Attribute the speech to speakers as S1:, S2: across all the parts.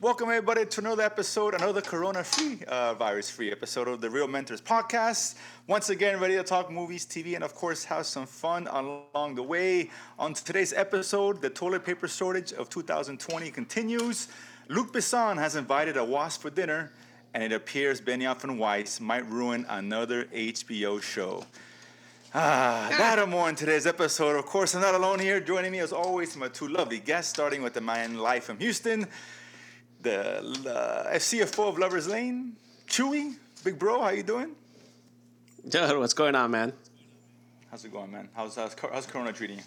S1: Welcome, everybody, to another episode, another corona free, uh, virus free episode of the Real Mentors podcast. Once again, ready to talk movies, TV, and of course, have some fun along the way. On today's episode, the toilet paper shortage of 2020 continues. Luke Besson has invited a wasp for dinner, and it appears Benioff and Weiss might ruin another HBO show. Ah, that and more in today's episode. Of course, I'm not alone here. Joining me, as always, my two lovely guests, starting with the man live from Houston, the uh, FCFO of Lovers Lane, Chewy, Big Bro. How you doing?
S2: Dude, what's going on, man?
S1: How's it going, man? How's how's, co- how's Corona treating you?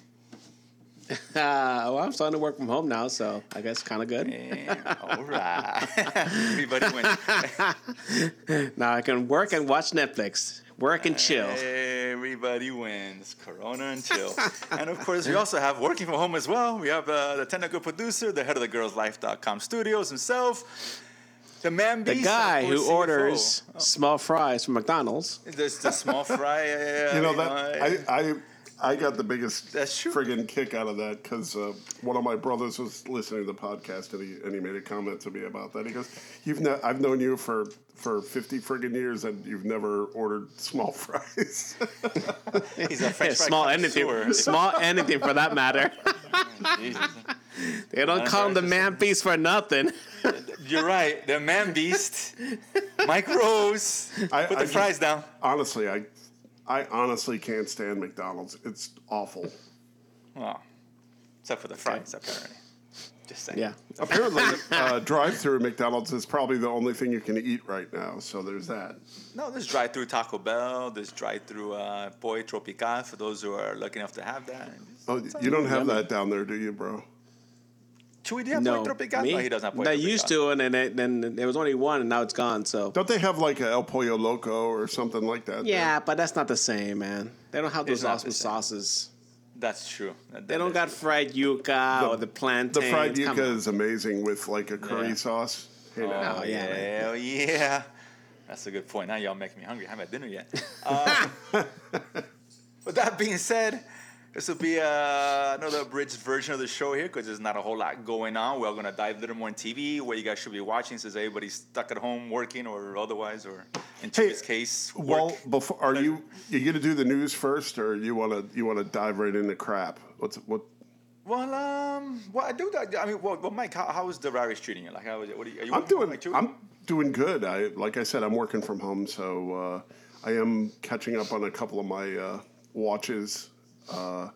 S2: Uh, well, I'm starting to work from home now, so I guess kind of good.
S1: Eh, all right, everybody wins.
S2: Now I can work and watch Netflix, work and chill.
S1: Everybody wins. Corona and chill. and of course, we also have working from home as well. We have uh, the technical producer, the head of the girlslife.com studios himself, the man
S2: The
S1: beast. of
S2: guy
S1: course,
S2: who
S1: CFO.
S2: orders
S1: Oh.
S2: small fries from McDonald's.
S1: There's the small fry. uh,
S3: You know
S1: I-
S3: that I, I I got the biggest
S1: That's true.
S3: friggin' kick out of that because uh, one of my brothers was listening to the podcast and he and he made a comment to me about that. He goes, "You've ne- I've known you for for fifty friggin' years and you've never ordered small fries."
S1: he's a
S2: Yeah,
S1: French fry
S2: small
S1: connoisseur.
S2: anything, small anything for that matter.
S1: Jesus.
S2: They don't call him the man feast for nothing.
S1: You're right. The man beast, Mike Rose.
S3: I-
S1: Put
S3: I
S1: the
S3: just-
S1: fries down.
S3: honestly, I I honestly can't stand McDonald's. It's awful.
S1: Well, except for the fries, apparently. Just saying.
S2: Yeah.
S3: Apparently, uh, drive-through McDonald's is probably the only thing you can eat right now. So there's that.
S1: No, there's drive through Taco Bell. There's drive through uh, Poi Tropical for those who are lucky enough to have that.
S3: Oh, you don't have that down there, do you, bro?
S1: Chewy, do you have
S2: No,
S1: Poi Tropical?
S2: me?
S1: No, he doesn't have Poi
S2: They
S1: Tropical.
S2: used to, and then it- then there was only one, and now it's gone. So
S3: Don't they have like a El Pollo Loco or something like that?
S2: yeah, but that's not the same, man. They don't have
S1: It's
S2: those
S1: not
S2: awesome
S1: the same.
S2: sauces.
S1: That's true. That-
S2: They don't got
S1: that's
S2: fried yuca or the plantain.
S3: The fried yuca is amazing with like a curry
S1: Yeah.
S3: sauce. Hey,
S1: true.
S3: now.
S1: Oh,
S2: yeah,
S1: yeah.
S2: man.
S1: Hell yeah. That's a good point. Now y'all making me hungry. I haven't had dinner yet. Uh, with that being said, this will be uh, another abridged version of the show here because there's not a whole lot going on. We're going to dive a little more in TV, what you guys should be watching since everybody's stuck at home working or otherwise, or in
S3: Hey,
S1: Chewy's case, work.
S3: Well, before are you you gonna do the news first, or you wanna you wanna dive right into crap? What's what?
S1: Well, um, well, I do. that- I mean, well, well Mike, how, how is the virus treating you? Like, how is it? What are you? Are you
S3: I'm doing
S1: Like, you-
S3: I'm doing good. I like I said, I'm working from home, so uh, I am catching up on a couple of my uh, watches, uh,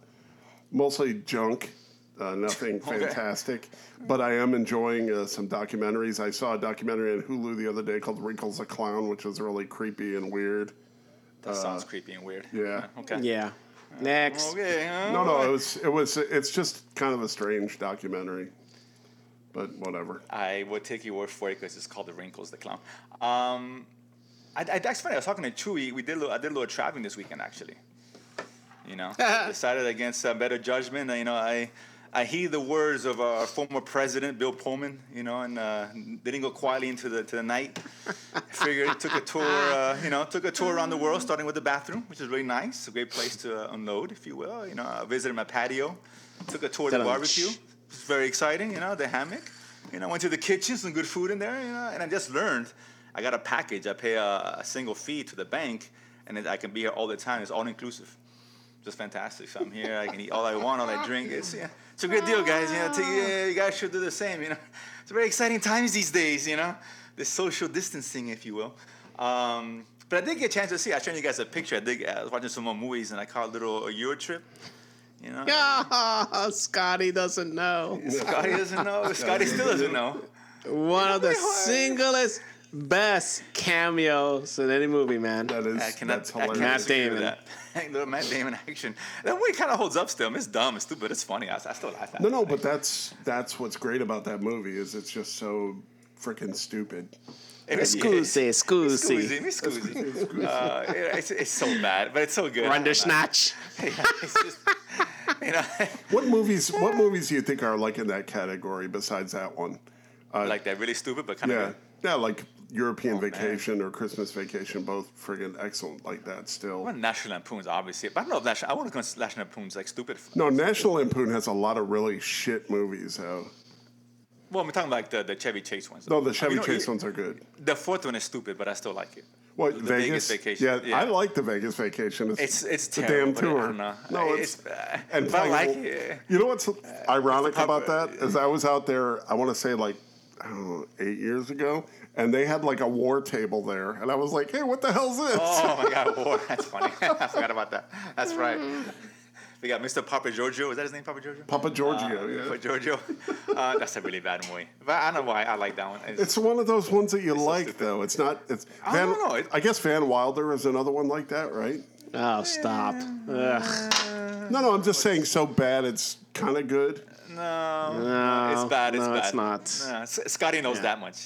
S3: mostly junk. Uh, nothing fantastic, but I am enjoying uh, some documentaries. I saw a documentary on Hulu the other day called "Wrinkles a Clown," which was really creepy and weird.
S1: that sounds creepy and weird.
S3: uh, yeah.
S1: Okay.
S2: Yeah. Next.
S1: Okay. uh,
S3: No, no, it was it was it's just kind of a strange documentary, but whatever.
S1: I would take your word for it because it's called the Wrinkles the Clown. Um, I, I, that's funny. I was talking to Chewy. We did a little, I did a little traveling this weekend actually. You know, decided against uh, better judgment. uh, You know, I I heed the words of our former president Bill Pullman. You know, and uh, didn't go quietly into the to the night. Figured took a tour. Uh, you know, took a tour around the world, starting with the bathroom, which is really nice. A great place to uh, unload, if you will. You know, I visited my patio. Took a tour of the
S2: Ta-da.
S1: barbecue. It's very exciting. You know, the hammock. You know, went to the kitchen, some good food in there. You know, and I just learned. I got a package. I pay a, a single fee to the bank, and then I can be here all the time. It's all inclusive just fantastic. So I'm here. I can eat all I want, all I drink. It's yeah, it's a good deal, guys. You know, take- yeah, you guys should do the same. You know, it's very exciting times these days. You know, the social distancing, if you will. Um, but I did get a chance to see. I showed you guys a picture. I did. I was watching some more movies, and I caught a little a Euro trip. You know,
S2: Oh, Scotty doesn't know.
S1: Scotty doesn't know. Scotty still doesn't know.
S2: One of the
S1: Really hard.
S2: singlest, best cameos in any movie, man.
S3: That is
S1: I cannot.
S3: that's
S1: I cannot
S3: hilarious.
S2: Matt
S1: disagree with
S2: Damon.
S1: That. little Matt Damon action. That movie kind of holds up still. I mean, It's dumb. It's stupid. It's funny. I, I still laugh at
S3: No,
S1: it.
S3: no, but that's that's what's great about that movie is it's just so freaking stupid.
S1: It really is.
S2: Scusi,
S1: Scusi,
S2: scusi.
S1: mi scusi. Uh, it's, it's so bad, but it's so good.
S2: Rundersnatch.
S1: Yeah, it's just, you know,
S3: What movies? What movies do you think are like in that category besides that one?
S1: like that really stupid, but kind
S3: Uh, Yeah,
S1: of.
S3: yeah, like European
S1: Oh,
S3: Vacation or Christmas Vacation, both friggin' excellent like that. Still,
S1: National Lampoon's obviously, but I don't know if National. I want to consider National Lampoon's like stupid.
S3: no, National Lampoon has a lot of really shit movies though.
S1: Well, I'm talking like the, the Chevy Chase ones.
S3: No, the Chevy
S1: know,
S3: Chase
S1: Oh, you-
S3: ones are good.
S1: The fourth one is stupid, but I still like it.
S3: What
S1: the
S3: Vegas?
S1: Vegas vacation,
S3: Yeah,
S1: yeah.
S3: I like the Vegas vacation.
S1: It's it's
S3: a
S1: terrible,
S3: damn
S1: but I
S3: tour.
S1: don't know.
S3: No,
S1: It's-
S3: it's,
S1: uh,
S3: and
S1: but I like
S3: playing-
S1: it.
S3: You know what's ironic
S1: pub-
S3: about that is I was out there. I want to say like I don't know eight years ago, and they had like a war table there, and I was like, hey, what the hell's this?
S1: Oh my God, war. That's funny. I forgot about that. That's right. We got Mr. Papa Giorgio. Is that his name, Papa Giorgio?
S3: Papa Giorgio. yeah.
S1: Ah, Papa Giorgio. Uh, that's a really bad movie. But I don't know why I like that one. It's-
S3: It's one of those ones that you like, though. It's not. It's
S1: I
S3: Van,
S1: don't know, it-
S3: I guess Van Wilder is another one like that, right?
S2: Oh, stop. Ugh.
S3: No, no. I'm just saying, so bad it's kind of good.
S1: no,
S2: No,
S1: it's bad. It's
S2: no,
S1: bad.
S2: it's not.
S1: No, S- Scotty knows that much.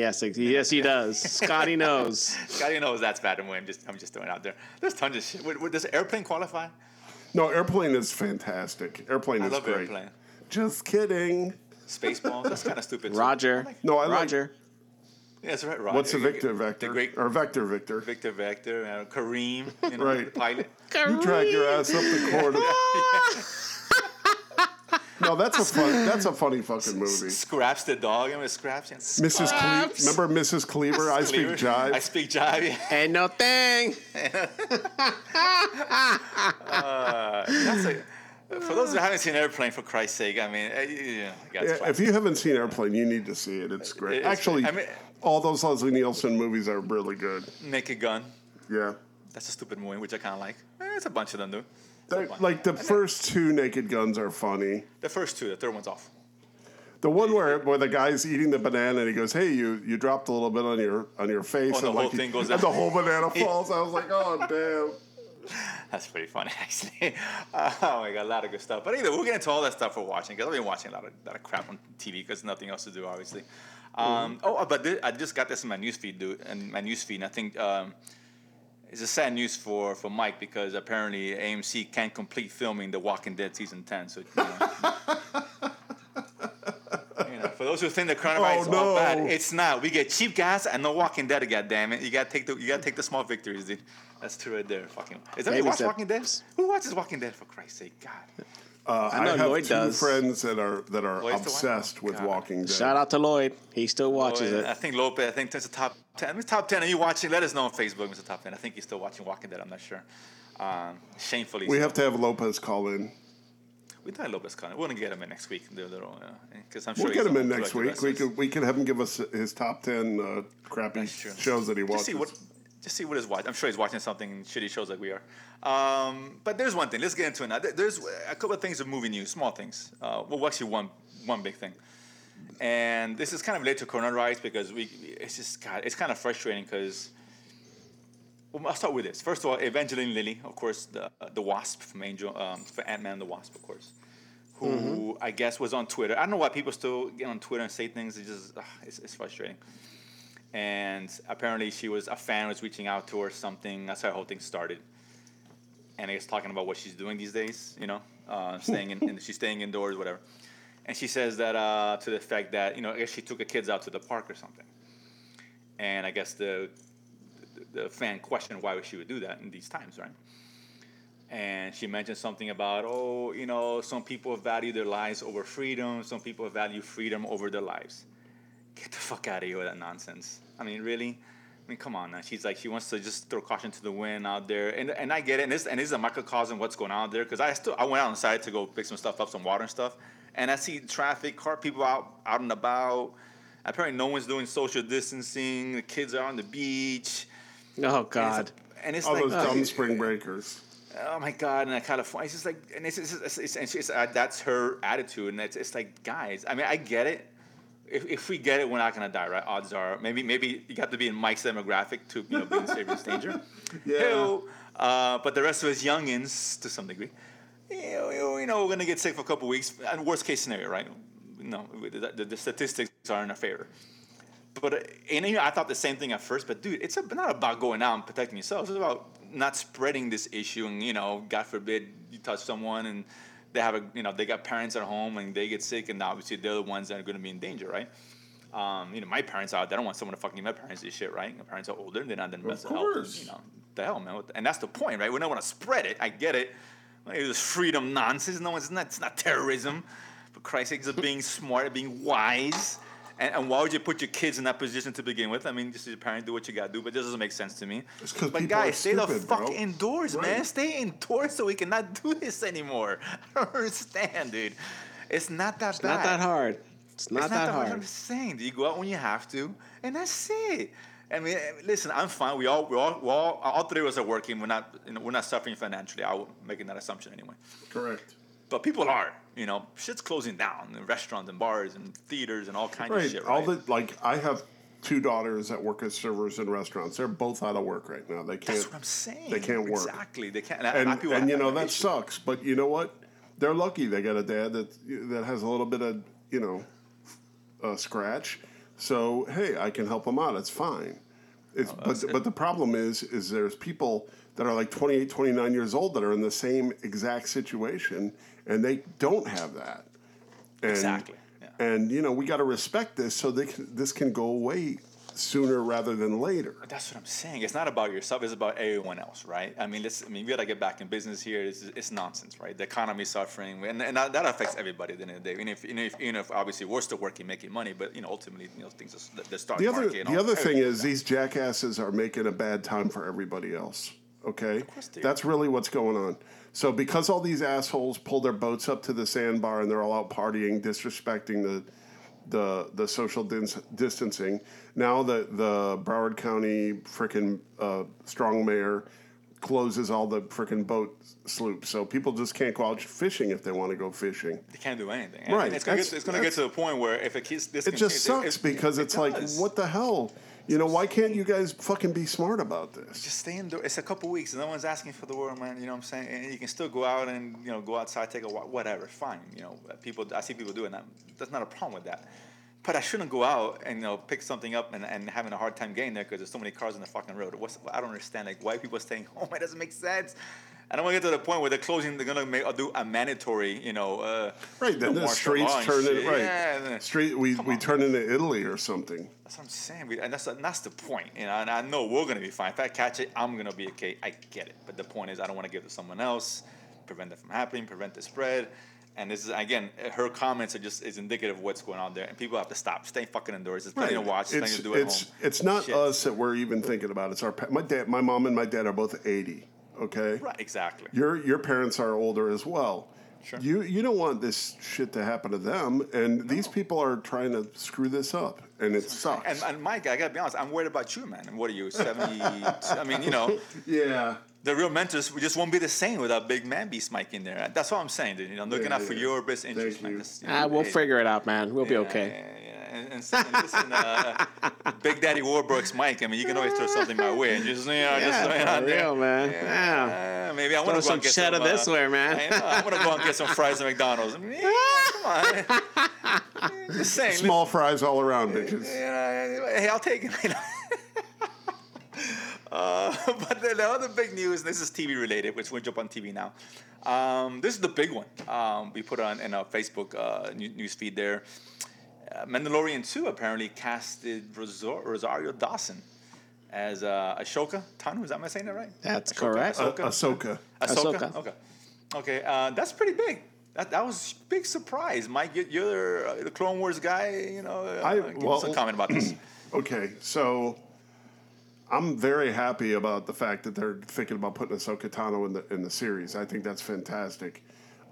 S2: Yes, ex- yes, he does. Scotty knows.
S1: Scotty knows that's bad movie. I'm just, I'm just throwing it out there. There's tons of shit. Would- would- Does airplane qualify?
S3: No, Airplane is fantastic. Airplane
S1: I
S3: is
S1: love
S3: great.
S1: airplane.
S3: Just kidding.
S1: Spaceballs. That's kind of stupid. too.
S2: Roger.
S3: No, I like-
S2: Roger.
S1: Yeah, that's right. Roger.
S3: What's the Victor Vector?
S1: The great
S3: or Vector Victor?
S1: Victor Vector, uh, Kareem, you know,
S3: Right.
S1: the pilot.
S3: You drag your ass up the corridor. no, that's a fun. That's a funny fucking movie.
S1: Scraps the dog. Remember Scraps? And Mrs.
S3: Mrs. Cle- remember Mrs. Cleaver? I speak jive.
S1: I speak jive. yeah.
S2: Ain't no thing.
S1: That's a, for those who haven't seen Airplane, for Christ's sake, I mean, uh, yeah, that's
S3: Yeah, if you haven't seen Airplane, you need to see it. It's great.
S1: It's-
S3: Actually,
S1: I mean-
S3: all those Leslie Nielsen movies are really good.
S1: Naked Gun.
S3: Yeah.
S1: That's a stupid movie, which I kind of like. Eh, it's a bunch of them, dude.
S3: They're- like the first two Naked Guns are funny.
S1: The first two, the third one's off.
S3: The one where where the guy's eating the banana and he goes, "Hey, you you dropped a little bit on your on your face,"
S1: Oh, the
S3: and
S1: whole
S3: like he-
S1: thing goes
S3: and
S1: down.
S3: the whole banana falls. I was like, "Oh damn."
S1: That's pretty funny, actually. Uh, oh my god, a lot of good stuff. But either we'll get into all that stuff we're watching because I've been watching a lot of, lot of crap on TV because nothing else to do, obviously. Um, Oh, but thi- I just got this in my newsfeed, dude, and my newsfeed. And I think um, it's a sad news for, for Mike because apparently AMC can't complete filming The Walking Dead season ten. So. You know, You know, for those who think the coronavirus is all
S3: no.
S1: bad, it's not. We get cheap gas and no Walking Dead. God damn it! You gotta take the you gotta take the small victories, dude. That's two right there. Fucking. Is that
S2: Baby
S1: watch
S2: steps.
S1: Walking Dead? Who watches Walking Dead for Christ's sake? God.
S3: Uh, I,
S2: know
S3: have
S2: Lloyd
S3: two
S2: does.
S3: friends that are that are
S1: Lloyd's the one?
S3: obsessed with
S1: God.
S3: Walking Dead.
S2: Shout out to Lloyd. He still watches
S1: Well, Oh, I
S2: it.
S1: think Lopez. I think that's the top ten. Mr. Top ten. Are you watching? Let us know on Facebook, Mr. Top Ten. I think he's still watching Walking Dead. I'm not sure. Um, shamefully,
S3: We
S1: so.
S3: have to have Lopez call in.
S1: we thought Lopez Connor. We're gonna get him in next week. Because I'm sure
S3: We'll
S1: he's
S3: get him
S1: on Collective
S3: in next week. We
S1: Wrestlers.
S3: could we could have him give us his top ten uh, crappy
S1: true.
S3: shows that he
S1: Just
S3: watches.
S1: see what, just see what he's watching. I'm sure he's watching something shitty shows like we are. Um, but there's one thing. Let's get into it now. There- There's a couple of things of movie news, small things. Uh, well, actually, one one big thing. And this is kind of related to coronavirus because we. It's just God. It's kind of frustrating because. Well, I'll start with this. First of all, Evangeline Lilly, of course, the the Wasp from Angel, um, for Ant Man and the Wasp, of course, who
S3: Mm-hmm.
S1: I guess was on Twitter. I don't know why people still get on Twitter and say things. It's just ugh, it's, it's frustrating and apparently she was a fan was reaching out to her or something. That's how the whole thing started. And I guess talking about what she's doing these days, you know, uh, staying in, and she's staying indoors, whatever. And she says that uh, to the fact that you know, I guess she took her kids out to the park or something. And I guess the the, the fan questioned why she would do that in these times, right? And she mentioned something about, oh, you know, some people value their lives over freedom. Some people value freedom over their lives get the fuck out of here with that nonsense. I mean, really? I mean, come on now. She's like, she wants to just throw caution to the wind out there, and and I get it. And this and this is a microcosm of what's going on out there because I still I went out inside to go pick some stuff up, some water and stuff, and I see traffic, car people out out and about. Apparently, no one's doing social distancing. The kids are on the beach.
S2: Oh
S1: And
S2: God.
S1: it's, and it's
S3: all
S1: like,
S3: those dumb spring breakers.
S1: oh my god, and California, it's just like, and it's, it's, it's, it's, and she's, uh, that's her attitude, and it's, it's like, guys, I mean, I get it. If, if we get it, we're not gonna die, right? Odds are, maybe maybe you have to be in Mike's demographic to you know be in serious danger.
S3: Yeah.
S1: Ew. Uh, but the rest of us youngins, to some degree, you know, you know, we're gonna get sick for a couple weeks. And worst case scenario, right? No, the, the, the statistics are in our favor. But uh, and you know, I thought the same thing at first. But dude, it's a, not about going out and protecting yourself. It's about not spreading this issue. And you know, God forbid you touch someone and they have a you know they got parents at home and they get sick, and obviously they're the ones that are going to be in danger, right? Um, you know, my parents out. I don't want someone to fucking give my parents this shit, right? My parents are older; they're not in the best of health.
S3: course.
S1: You know, the hell, man. What the- and that's the point, right? We don't want to spread it. I get it. Like, It was freedom nonsense. No, it's not. It's not terrorism. For Christ's sakes, of being smart, being wise. And, and why would you put your kids in that position to begin with? I mean, just as a parent, do what you gotta do, but this doesn't make sense to me.
S3: It's 'cause
S1: but
S3: people are
S1: guys, stay the
S3: stupid,
S1: fuck
S3: bro.
S1: indoors, man.
S3: Right.
S1: Stay indoors so we cannot do this anymore. I don't understand, dude. It's not that bad.
S2: Not that hard. It's not,
S1: It's
S2: that,
S1: I'm
S2: hard.
S1: saying you go out when you have to, and that's it. I mean, eh, listen, I'm fine. We all, we all, we all, all three of us are working. We're not, you know, we're not suffering financially. I'm making that assumption anyway.
S3: Correct.
S1: But people are, you know, shit's closing down. And restaurants and bars and theaters and all kinds
S3: Right.
S1: of shit.
S3: All
S1: Right.
S3: the like, I have two daughters that work as servers in restaurants. They're both out of work right now. They can't.
S1: that's what I'm saying.
S3: They can't work.
S1: Exactly. They can't. And, a
S3: And,
S1: lot of people
S3: and you
S1: have
S3: know
S1: that
S3: that
S1: issue.
S3: sucks. But you know what? They're lucky. They got a dad that that has a little bit of you know uh, scratch. So hey, I can help them out. It's fine.
S1: Oh,
S3: It's, but, but the problem is is there's people that are like 28, 29 years old that are in the same exact situation and they don't have that. And,
S1: Exactly, yeah.
S3: And you know we got to respect this so they can, this can go away sooner rather than later.
S1: That's what I'm saying. It's not about yourself. It's about everyone else, right? I mean, let's. I mean, we gotta get back in business here. It's, it's nonsense, right? The economy's suffering, and, and that, that affects everybody at the end of the day. Even if, even if, even if obviously we're still working, making money, but you know, ultimately, you know, things are, s- the, the stock
S3: The other,
S1: market. and
S3: the
S1: all-
S3: other thing
S1: everything.
S3: is these jackasses are making a bad time for everybody else. Okay,
S1: course they are.
S3: that's really what's going on. So because all these assholes pull their boats up to the sandbar and they're all out partying, disrespecting the the the social dis- distancing. Now the the Broward County frickin' uh, strong mayor closes all the frickin' boat sloops, so people just can't go out fishing if they want to go fishing.
S1: they can't do anything. And-
S3: Right,
S1: and It's gonna, get,
S3: that's-
S1: it's gonna get to the point where if it keeps this,
S3: It just sucks because it's like, what the hell? You know, why can't you guys fucking be smart about this?
S1: Just stay indoors. It's a couple weeks, and no one's asking for the word, man. You know what I'm saying? And you can still go out and you know go outside, take a walk, whatever. Fine. You know, uh, people. I see people doing that. That's not a problem with that. But I shouldn't go out and you know pick something up and, and having a hard time getting there because there's so many cars on the fucking road. What's I don't understand like why people are staying home. It doesn't make sense. And I want to get to the point where they're closing. They're gonna make, uh, do a mandatory, you know, uh,
S3: Right,
S1: you
S3: then
S1: know,
S3: the
S1: martial
S3: streets
S1: law and
S3: turn
S1: shit.
S3: in right.
S1: Yeah, and then-
S3: Street we, we turn into Italy or something.
S1: that's what I'm saying, we, and that's and that's the point. You know, and I know we're gonna be fine. If I catch it, I'm gonna be okay. I get it, but the point is, I don't want to give it to someone else, prevent it from happening, prevent the spread. And this is again, her comments are just is indicative of what's going on there, and people have to stop. Stay fucking indoors. There's plenty to watch. There's plenty
S3: It's
S1: to do at
S3: it's
S1: home.
S3: it's not
S1: Shit.
S3: us that we're even thinking about. It's our pa- my dad, my mom, and my dad are both eighty. Okay,
S1: Right, exactly.
S3: your your parents are older as well.
S1: Sure.
S3: You you don't want this shit to happen to them, and these people are trying to screw this up, and it sucks.
S1: And, and Mike, I gotta be honest, I'm worried about you, man. And what are you, 70? I mean, you know,
S3: yeah,
S1: the real mentors we just won't be the same without Big Man Beast Mike in there. That's what I'm saying, dude. You know, I'm looking
S3: Yeah,
S1: out for
S3: yeah.
S1: your best interest,
S3: Thank
S1: man.
S3: you.
S1: Just, you know,
S2: Ah, we'll
S1: hey.
S2: figure it out, man. We'll be
S1: Yeah,
S2: okay.
S1: Yeah, yeah. And, and so- and listen, uh, Big Daddy Warbucks Mike, I mean, you can always throw something my way and just, you know, just throw it
S2: Yeah,
S1: out
S2: for
S1: there.
S2: real, man. Yeah.
S1: Uh, maybe I
S2: Throw
S1: want to go
S2: some
S1: and get
S2: cheddar
S1: some, uh,
S2: this way, man.
S1: I know, I want to go and get some fries at McDonald's. I mean, yeah, come on. Just saying.
S3: small fries all around, bitches.
S1: listen, you know, hey, I'll take it. You know. Uh, but the, the other big news, this is TV related, which we'll jump on TV now. Um, this is the big one. Um, we put on in our Facebook uh, new- news feed there. Uh, Mandalorian 2 apparently casted Rosor- Rosario Dawson as uh, Ashoka Tano. Is that am I saying that right?
S2: That's
S1: Ashoka,
S2: correct.
S1: Ahsoka?
S3: Ahsoka.
S1: Ahsoka.
S2: Ahsoka.
S1: Okay. Okay. Uh, that's pretty big. That, that was big surprise, Mike. You, you're uh, the Clone Wars guy. You know, uh,
S3: I-
S1: give us a
S3: well-
S1: comment about this.
S3: Okay, so I'm very happy about the fact that they're thinking about putting Ahsoka Tano in the in the series. I think that's fantastic.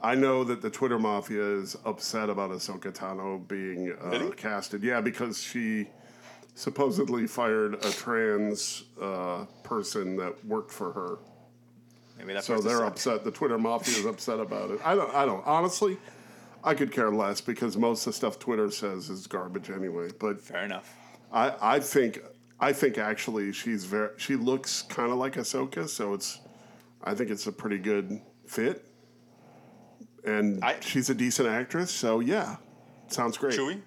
S3: I know that the Twitter mafia is upset about Ahsoka Tano being uh,
S1: Really?
S3: casted. Yeah, because she supposedly fired a trans uh, person that worked for her.
S1: Maybe that
S3: So
S1: person
S3: they're
S1: sucked.
S3: upset. The Twitter mafia is upset about it. I don't. I don't. Honestly, I could care less because most of the stuff Twitter says is garbage anyway. But
S1: Fair enough.
S3: I, I think I think actually she's very she looks kind of like Ahsoka, so it's I think it's a pretty good fit, and
S1: I-
S3: she's a decent actress. So yeah, sounds great.
S1: Chewy.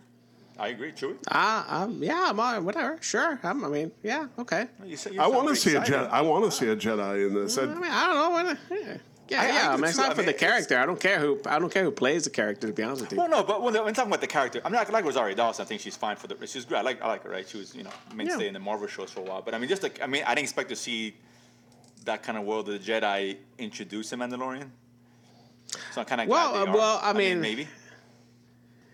S1: I agree, Chewy.
S2: Ah, um, yeah, I'm all, whatever. Sure. I'm, I mean, yeah, okay.
S1: You said you
S3: I
S1: sound
S3: want to
S1: pretty
S3: see a
S1: excited.
S3: Jedi. I want to see a Jedi in this.
S2: I
S3: I,
S2: mean, I don't know. What, yeah, yeah.
S1: I- I
S2: yeah,
S1: do
S2: I mean, it's
S1: too.
S2: not
S1: I
S2: for
S1: mean,
S2: the
S1: it's-
S2: character. I don't care who. I don't care who plays the character. To be honest with you.
S1: Well, no, but when, when talking about the character, I'm not I like Rosario Dawson. I think she's fine for the. She's great. I like I like her. Right? She was you know mainstay
S2: Yeah.
S1: in the Marvel shows for a while. But I mean, just like I mean, I didn't expect to see that kind of world of the Jedi introduced in Mandalorian. So I'm kind of
S2: Well, uh, well, I mean-
S1: maybe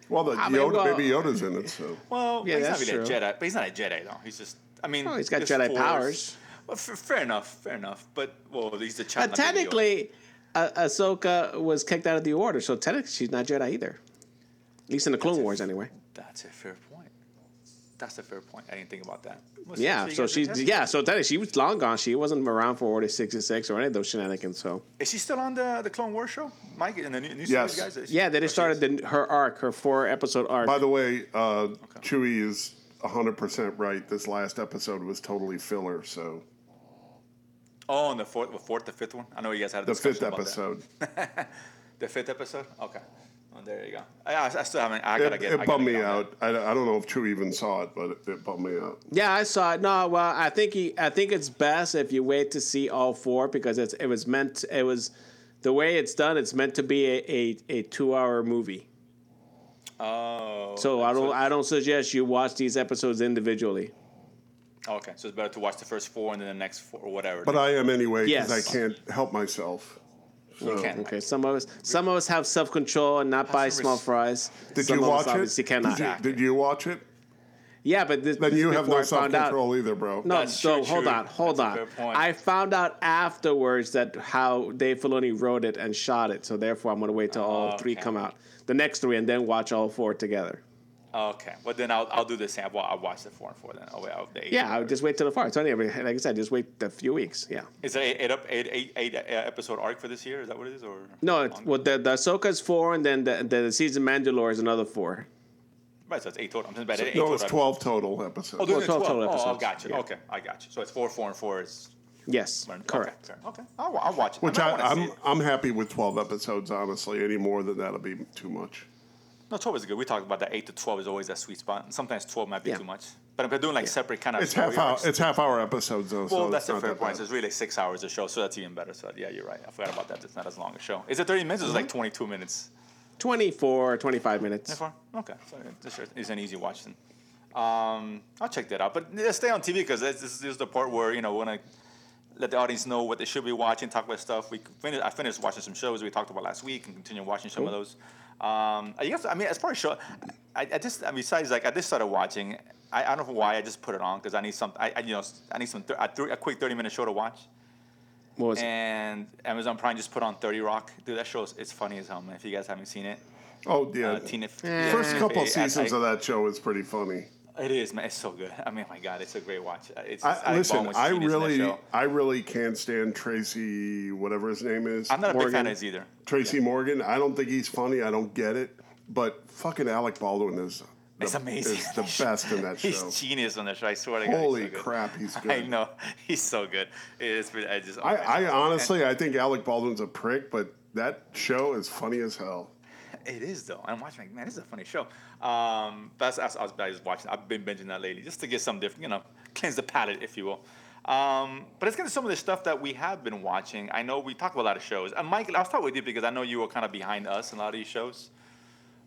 S3: Well, the
S2: I mean,
S3: Yoda,
S2: well-
S3: Baby Yoda's in it, so
S1: Well,
S2: Yeah,
S1: he's
S2: that's
S1: not really
S2: true.
S1: a Jedi, but he's not a Jedi though. He's just, I mean,
S2: Well, he's got
S1: just
S2: Jedi
S1: Force.
S2: powers.
S1: Well, f- fair enough, fair enough. But well, he's the
S2: Uh,
S1: child. not Baby Yoda.
S2: technically, uh, Ahsoka was kicked out of the order, so technically she's not Jedi either. At least in the Clone Wars, anyway.
S1: that's a fair point. That's a fair point. I didn't think about that. Well,
S2: Yeah,
S1: you
S2: so
S1: guys are
S2: she's
S1: Jedi.
S2: yeah, so technically she was long gone. She wasn't around for Order sixty six or any of those shenanigans. So
S1: Is she still on the the Clone Wars show, Mike? And the new, new
S3: Yes.
S1: series, guys? Is she-
S2: yeah, they
S1: oh,
S2: just
S1: she
S2: started
S1: is?
S2: the, her arc, her four episode arc.
S3: By the way, uh, Chewie is 100% right. This last episode was totally filler, so
S1: Oh, and the fourth, the fourth, the fifth one. I know you guys had a
S3: the
S1: discussion
S3: fifth
S1: about that.
S3: episode.
S1: The fifth episode. Okay. Oh, there you go. I, I I still haven't. I gotta
S3: It,
S1: get. I
S3: it
S1: gotta
S3: bummed
S1: get
S3: me
S1: on that.
S3: out. I, I don't know if Chewie even saw it, but it, it bummed me out.
S2: yeah, I saw it. No, well, I think he, I think it's best if you wait to see all four because it's it was meant it was the way it's done. It's meant to be a, a, a two hour movie.
S1: Oh.
S2: So I don't
S1: So-
S2: I don't suggest you watch these episodes individually.
S1: okay, so it's better to watch the first four and then the next four or whatever.
S3: But I am anyway because
S2: Yes.
S3: I can't help myself.
S1: you can't.
S2: Okay, some of us some of us have self control and not buy
S1: some
S2: small
S1: res-
S2: fries.
S3: Did
S2: some
S3: you
S2: of
S3: watch
S2: us obviously
S3: it?
S2: cannot.
S3: Did you, did you watch it?
S2: Yeah, but this,
S3: Then
S2: this
S3: you
S2: is
S3: have
S2: before
S3: no
S2: I
S3: self
S2: found out.
S3: control either, bro.
S2: No,
S1: That's
S2: so
S1: true,
S2: hold
S1: true.
S2: on, hold
S1: That's a
S2: on.
S1: fair point.
S2: I found out afterwards that how Dave Filoni wrote it and shot it. So therefore, I'm going to wait till all three
S1: Oh, Okay.
S2: come out, the next three, and then watch all four together.
S1: Okay, well then I'll, I'll do the same. I'll, I'll watch the four and four then. Oh wait, I'll, the eight.
S2: Yeah, I would just wait till the four. So anyway, like I said, just wait a few weeks. Yeah.
S1: Is it eight, eight up eight, eight, eight uh, episode arc for this year? Is that what it is? Or
S2: No, it's, well, the the Ahsoka's four, and then the the season Mandalore is another four.
S1: right, so it's eight total. I'm talking about eight.
S3: No,
S1: total
S3: it's
S1: episodes.
S3: 12 total episodes.
S1: Oh, there's
S2: Well, 12
S1: 12
S2: total
S1: Oh, I
S2: episodes,
S1: got you.
S2: yeah.
S1: Okay, I got you. So it's four, four, and four is
S2: Yes, correct.
S1: Okay, fair. okay. I'll, I'll watch it.
S3: Which
S1: I,
S3: I,
S1: mean, I, wanna
S3: I'm
S1: see it.
S3: I'm happy with 12 episodes, honestly. Any more than that'll be too much.
S1: No, 12 is good. We talked about that 8 to 12 is always that sweet spot. And sometimes 12 might be
S2: Yeah.
S1: too much. But if they're doing like separate kind of
S3: It's half hour.
S1: arcs-
S3: It's half hour episodes though.
S1: well,
S3: so
S1: that's
S3: it's
S1: a
S3: not
S1: fair
S3: that
S1: point.
S3: bad.
S1: So it's really six hours a show, so that's even better. So yeah, you're right. I forgot about that. It's not as long a show. Is it 30 minutes or is it like
S2: Mm-hmm.
S1: 22 minutes?
S2: 24, 25 minutes.
S1: Far? Okay, so this is an easy watch then. Um, I'll check that out. But yeah, stay on TV because this, this is the part where you know we want to let the audience know what they should be watching, talk about stuff. We finish, I finished watching some shows we talked about last week and continue watching some of those. Um, I guess I mean as far as show, I, I just I mean, besides like I just started watching. I, I don't know why I just put it on because I need some. I, I you know I need some thir- a, thir- a quick thirty minute show to watch.
S2: What was it?
S1: And Amazon Prime just put on Thirty Rock. Dude, that show is it's funny as hell, man. If you guys haven't seen it,
S3: Oh yeah.
S1: uh, Tina.
S3: First
S1: Tina
S3: couple
S1: Fey at-
S3: seasons
S1: I-
S3: of that show is pretty funny.
S1: It is, man. It's so good. I mean, oh my God, it's a great watch. Uh, It's just-
S3: I,
S1: had a ball
S3: listen,
S1: when
S3: I
S1: she was in that
S3: really,
S1: show.
S3: I really can't stand Tracy, whatever his name is.
S1: I'm not a big fan
S2: Morgan.
S1: of his either.
S3: Tracy Morgan. I don't think he's funny. I don't get it. But fucking Alec Baldwin is. The,
S1: It's amazing.
S3: Is the best in that
S1: He's
S3: show.
S1: genius on the show. I swear to God. he's
S3: Holy
S1: so good.
S3: crap, he's good.
S1: I know he's so good. It's been, I just. oh
S3: I, I honestly, I think Alec Baldwin's a prick, but that show is funny as hell.
S1: It is though. I'm watching. Like, man, this is a funny show. Um, but that's, that's, I was, I was watching. I've been binging that lately just to get some different, you know, cleanse the palate, if you will. Um, but it's kind of some of the stuff that we have been watching. I know we talk about a lot of shows. And Mike, I'll start with you because I know you were kind of behind us in a lot of these shows.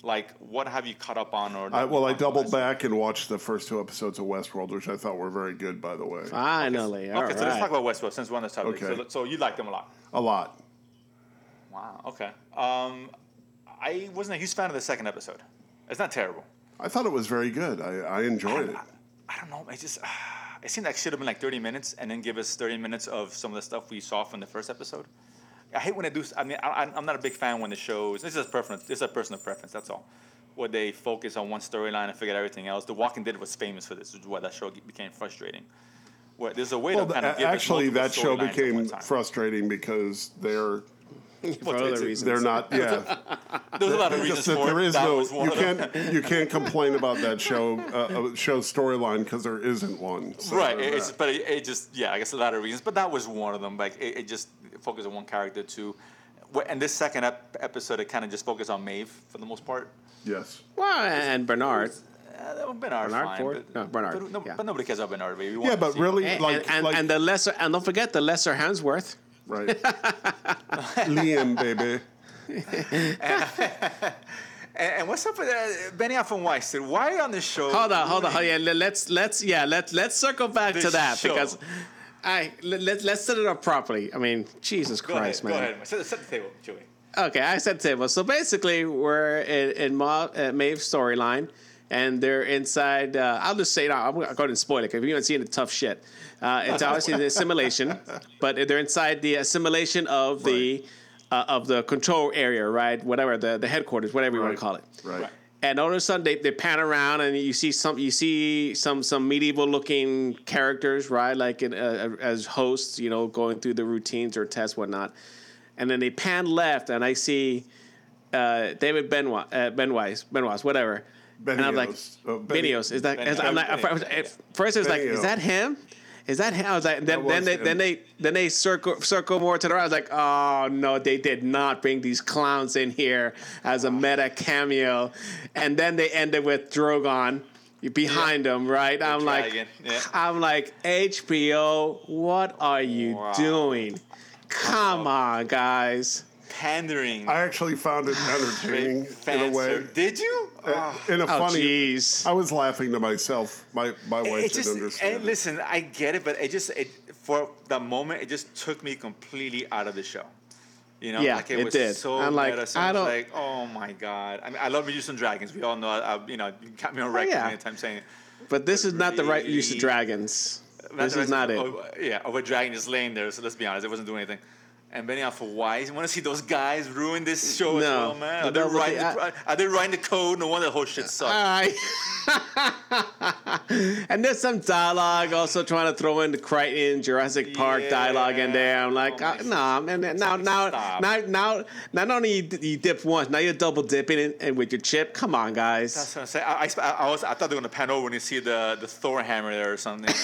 S1: Like, what have you caught up on? Or
S3: I,
S1: that we
S3: well, I
S1: talked about
S3: doubled
S1: last-
S3: back and watched the first two episodes of Westworld, which I thought were very good, by the way.
S2: Finally, all
S1: okay, so let's
S2: right.
S1: talk about Westworld since we're on this topic.
S3: Okay.
S1: So, so you like them a lot.
S3: A lot.
S1: Wow. Okay. Um, I wasn't a huge fan of the second episode. It's not terrible.
S3: I thought it was very good. I, I enjoyed it.
S1: I don't know. It just it seemed like it should have been like 30 minutes, and then give us 30 minutes of some of the stuff we saw from the first episode. I hate when they do. I mean, I, I'm- I'm not a big fan when the shows. This is a preference. This is a personal preference. That's all. Where they focus on one storyline and figure out everything else. The Walking Dead was famous for this, which is why that show became frustrating. Where there's a way
S3: Well,
S1: to kind of
S3: a-
S1: give us
S3: actually,
S1: multiple
S3: that show
S1: storylines at one
S3: became
S1: time.
S3: frustrating because they're
S2: for other reasons.
S3: they're not. Yeah,
S1: There's a lot of reasons
S3: just that
S1: for
S3: there
S1: it.
S3: is
S1: That
S3: no.
S1: was one
S3: You
S1: of them.
S3: can't you can't complain about that show uh, uh, show storyline because there isn't one. So
S1: right
S3: there's
S1: it- it's
S2: uh,
S3: that.
S1: but it, it just yeah i guess a lot of reasons but that was one of them like it, it just focused on one character too Wh- and this second ep- episode it kind of just focused on Maeve for the most part
S3: yes.
S2: Well, and Bernard.
S1: uh, that would Bernard,
S2: Bernard
S1: fine,
S2: Ford?
S1: but,
S2: No, Bernard,
S1: but, no,
S2: yeah.
S1: but nobody cares about Bernard baby.
S3: Yeah, but really,
S2: And,
S3: like,
S2: and,
S3: like
S2: and the lesser, and don't forget the lesser Hansworth.
S3: right, Liam, baby.
S1: and, and what's up with uh, Benioff and Weiss dude? why on this show
S2: Hold on, hold on, hold on.
S1: really-
S2: Yeah, le- let's let's yeah let let's circle back
S1: This
S2: to that
S1: show.
S2: because I let, let let's set it up properly. I mean, Jesus
S1: go ahead
S2: Christ,
S1: go
S2: man.
S1: ahead set, set the table Chewie
S2: okay, I said table. So basically, we're in, in Ma, uh, Maeve's storyline, and they're inside. Uh, I'll just say now. I'm going to spoil it because you haven't seen the tough shit. Uh, it's obviously the assimilation, but they're inside the assimilation of the uh, of the control area, right? Whatever the the headquarters, whatever you want
S3: Right.
S2: to call it.
S3: Right.
S2: And all of a sudden, they, they pan around and you see some you see some some medieval looking characters, right? Like in, uh, as hosts, you know, going through the routines or tests, whatnot. And then they pan left, and I see uh, David Benoit, uh, Benoist, Benoist, whatever. And I'm like,
S3: Benioff. Oh, Ben-
S2: Benios. Is that? Is,
S1: Benioff.
S2: I'm like, at first- at first, it's like, is
S3: Benioff.
S2: that him? Is that him? I was like, then,
S3: That
S2: then
S3: was
S2: they,
S3: him.
S2: then they, then they circle, circle more to the right. I was like, oh no, they did not bring these clowns in here as a meta cameo, and then they ended with Drogon behind them, right? I'm
S1: dragon,
S2: like,
S1: yeah.
S2: I'm like, HBO, what are you
S1: Wow.
S2: doing? Come on, guys.
S1: Pandering.
S3: I actually found it entertaining in a
S1: Fan
S3: way.
S1: ser- Did you? Ah.
S3: In a
S2: Oh,
S3: funny.
S2: jeez.
S3: I was laughing to myself. My my wife
S1: it
S3: didn't
S1: just
S3: understand.
S1: and listen i get it but it just it for the moment it just took me completely out of the show you know
S2: Yeah,
S1: like it,
S2: it
S1: was
S2: did.
S1: so
S2: I'm like,
S1: meta, so
S2: I
S1: I
S2: don't-
S1: like oh my god i mean i love me some dragons we all know I, I, you know you got me on record
S2: Oh, yeah.
S1: many times saying it.
S2: But this is not the right use of
S1: Really?
S2: dragons.
S1: That's
S2: This is
S1: what I
S2: not
S1: said.
S2: it.
S1: Oh, yeah, of a dragon just laying there. So let's be honest, it wasn't doing anything. And Benioff, why? You want to see those guys ruin this show as
S2: No.
S1: well, man? Are
S2: But
S1: they,
S2: that was
S1: writing
S2: the-
S1: the, are they writing the code? No wonder the whole shit sucks.
S2: Aye. and there's some dialogue also trying to throw in the Crichton Jurassic Park
S1: Yeah.
S2: dialogue in there. I'm like,
S1: Oh my
S2: uh, nah, man. Now, now,
S1: Stop.
S2: now, now, not only you, d- you dip once, now you're double dipping in, and with your chip. Come on, guys.
S1: That's what I'm saying. I, I, I, was, I thought they were gonna pan over and you see the the Thor hammer there or something.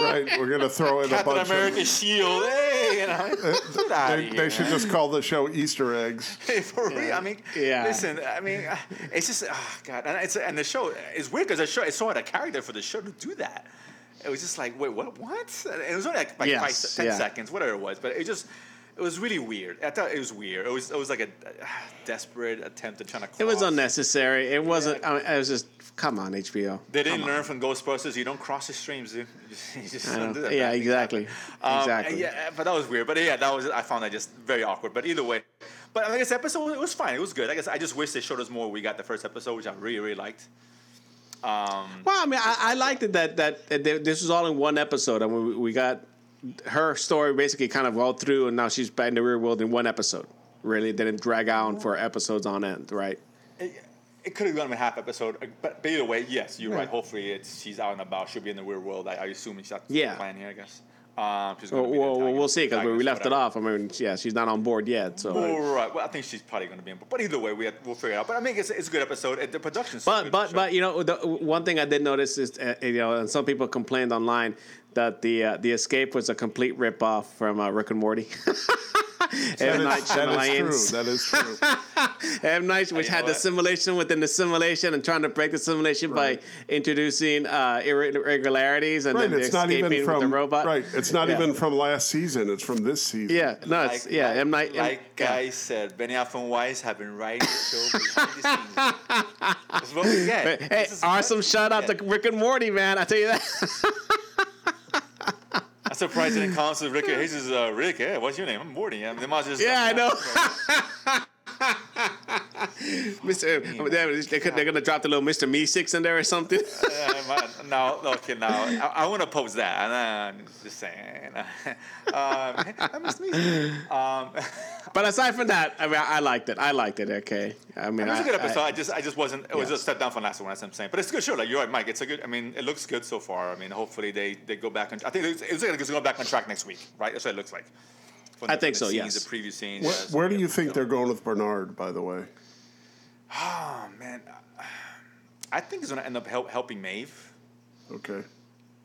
S3: right? We're gonna throw in a
S1: Captain
S3: bunch
S1: America shield. Hey, you know, get
S3: of.
S1: out
S3: They,
S1: of
S3: they
S1: here.
S3: should just call the show Easter eggs.
S1: For real, I mean,
S2: Yeah.
S1: listen, I mean, uh, it's just, oh god, and it's and the show is weird because the show it's so out of character for the show to do that. It was just like, wait, what? What? And It was only like, like five,
S2: Yes,
S1: se- ten
S2: yeah.
S1: seconds, whatever it was, but it just. It was really weird. I thought it was weird. It was it was like a uh, desperate attempt at trying to.
S2: It was
S1: cross.
S2: unnecessary. It wasn't. I, mean, I was just, come on, HBO.
S1: They didn't learn from Ghostbusters. You don't cross the streams, dude. You just, you just
S2: I
S1: don't do
S2: know.
S1: that.
S2: Uh, Yeah,
S1: Bad things
S2: exactly.
S1: Um,
S2: exactly.
S1: Yeah, but that was weird. But yeah, that was I found that just very awkward. But either way, but like I guess episode was- it was fine. It was good. I guess I just wish they showed us more. when We got the first episode, which I really really liked. Um,
S2: Well, I mean, I, I liked it that that that th- this was all in one episode, and we, we got her story basically kind of all through, and now she's back in the real world in one episode. Really, it didn't drag on for episodes on end, right?
S1: it, it could have gone a half episode, uh, but, but either way, yes, you're right. Hopefully, it's she's out and about. She'll be in the real world. I, I assume she's not
S2: Yeah.
S1: plan here. I guess. Um, she's
S2: Well,
S1: gonna be the
S2: we'll, we'll
S1: antagonist-
S2: see because we
S1: protagonist,
S2: left it
S1: whatever.
S2: off. I mean, yeah, she's not on board yet, so.
S1: All right. Well, I think she's probably going to be in. But either way, we we'll figure it out. But I mean, it's, it's a good episode. and The production's
S2: But
S1: good.
S2: but but you know the one thing I did notice is uh, you know and some people complained online that the uh, the escape was a complete rip off from uh, Rick and Morty. M Night
S3: that is
S2: Shyamalan's.
S3: true. That is true.
S2: M.
S3: Oh,
S2: Night, which
S1: you know
S2: had the
S1: what?
S2: simulation within the simulation and trying to break the simulation
S3: Right.
S2: by introducing uh, irre- irregularities and
S3: Right,
S2: then
S3: it's not
S2: escaping
S3: even
S2: with the
S3: from
S2: robot.
S3: right. It's not
S2: Yeah.
S3: even from last season. It's from this season.
S2: Yeah, no, it's, yeah, M. Night. M-
S1: Like
S2: yeah.
S3: uh,
S1: I said, Benioff and Weiss have been writing the show behind the scenes. That's what we get.
S2: But, hey,
S1: This is
S2: awesome
S1: good.
S2: shout out to Rick and Morty, man. I tell you that.
S1: I'm surprised they didn't call him Rick. He says, uh, Rick, hey, what's your name? I'm Morty. I mean, they might just
S2: Yeah, I know. Mr. They, they could, they're gonna drop the little Mr. Me Six in there or something.
S1: Yeah, I might- uh, no, okay, no. I, I want to post that. I'm just saying. um, I miss me. Um,
S2: but aside from that, I mean, I, I liked it. I liked it. Okay, I mean,
S1: it was
S2: I,
S1: a good
S2: I-
S1: episode. I, just, I just wasn't. It was
S2: Yeah.
S1: a step down from last one. That's what I'm saying. But it's a good show. Like you're right, Mike. It's a good. I mean, it looks good so far. I mean, hopefully they, they go back on. I think it's, it's going to go back on track next week, right? That's what it looks like. From
S2: I
S1: the-
S2: think
S1: from the
S2: so,
S1: Scenes,
S2: yes.
S1: The preview scenes.
S3: Where,
S1: yeah, so-
S3: where do you think they're going with Bernard? By the way,
S1: Oh man, I think he's going to end up help, helping Maeve
S3: okay.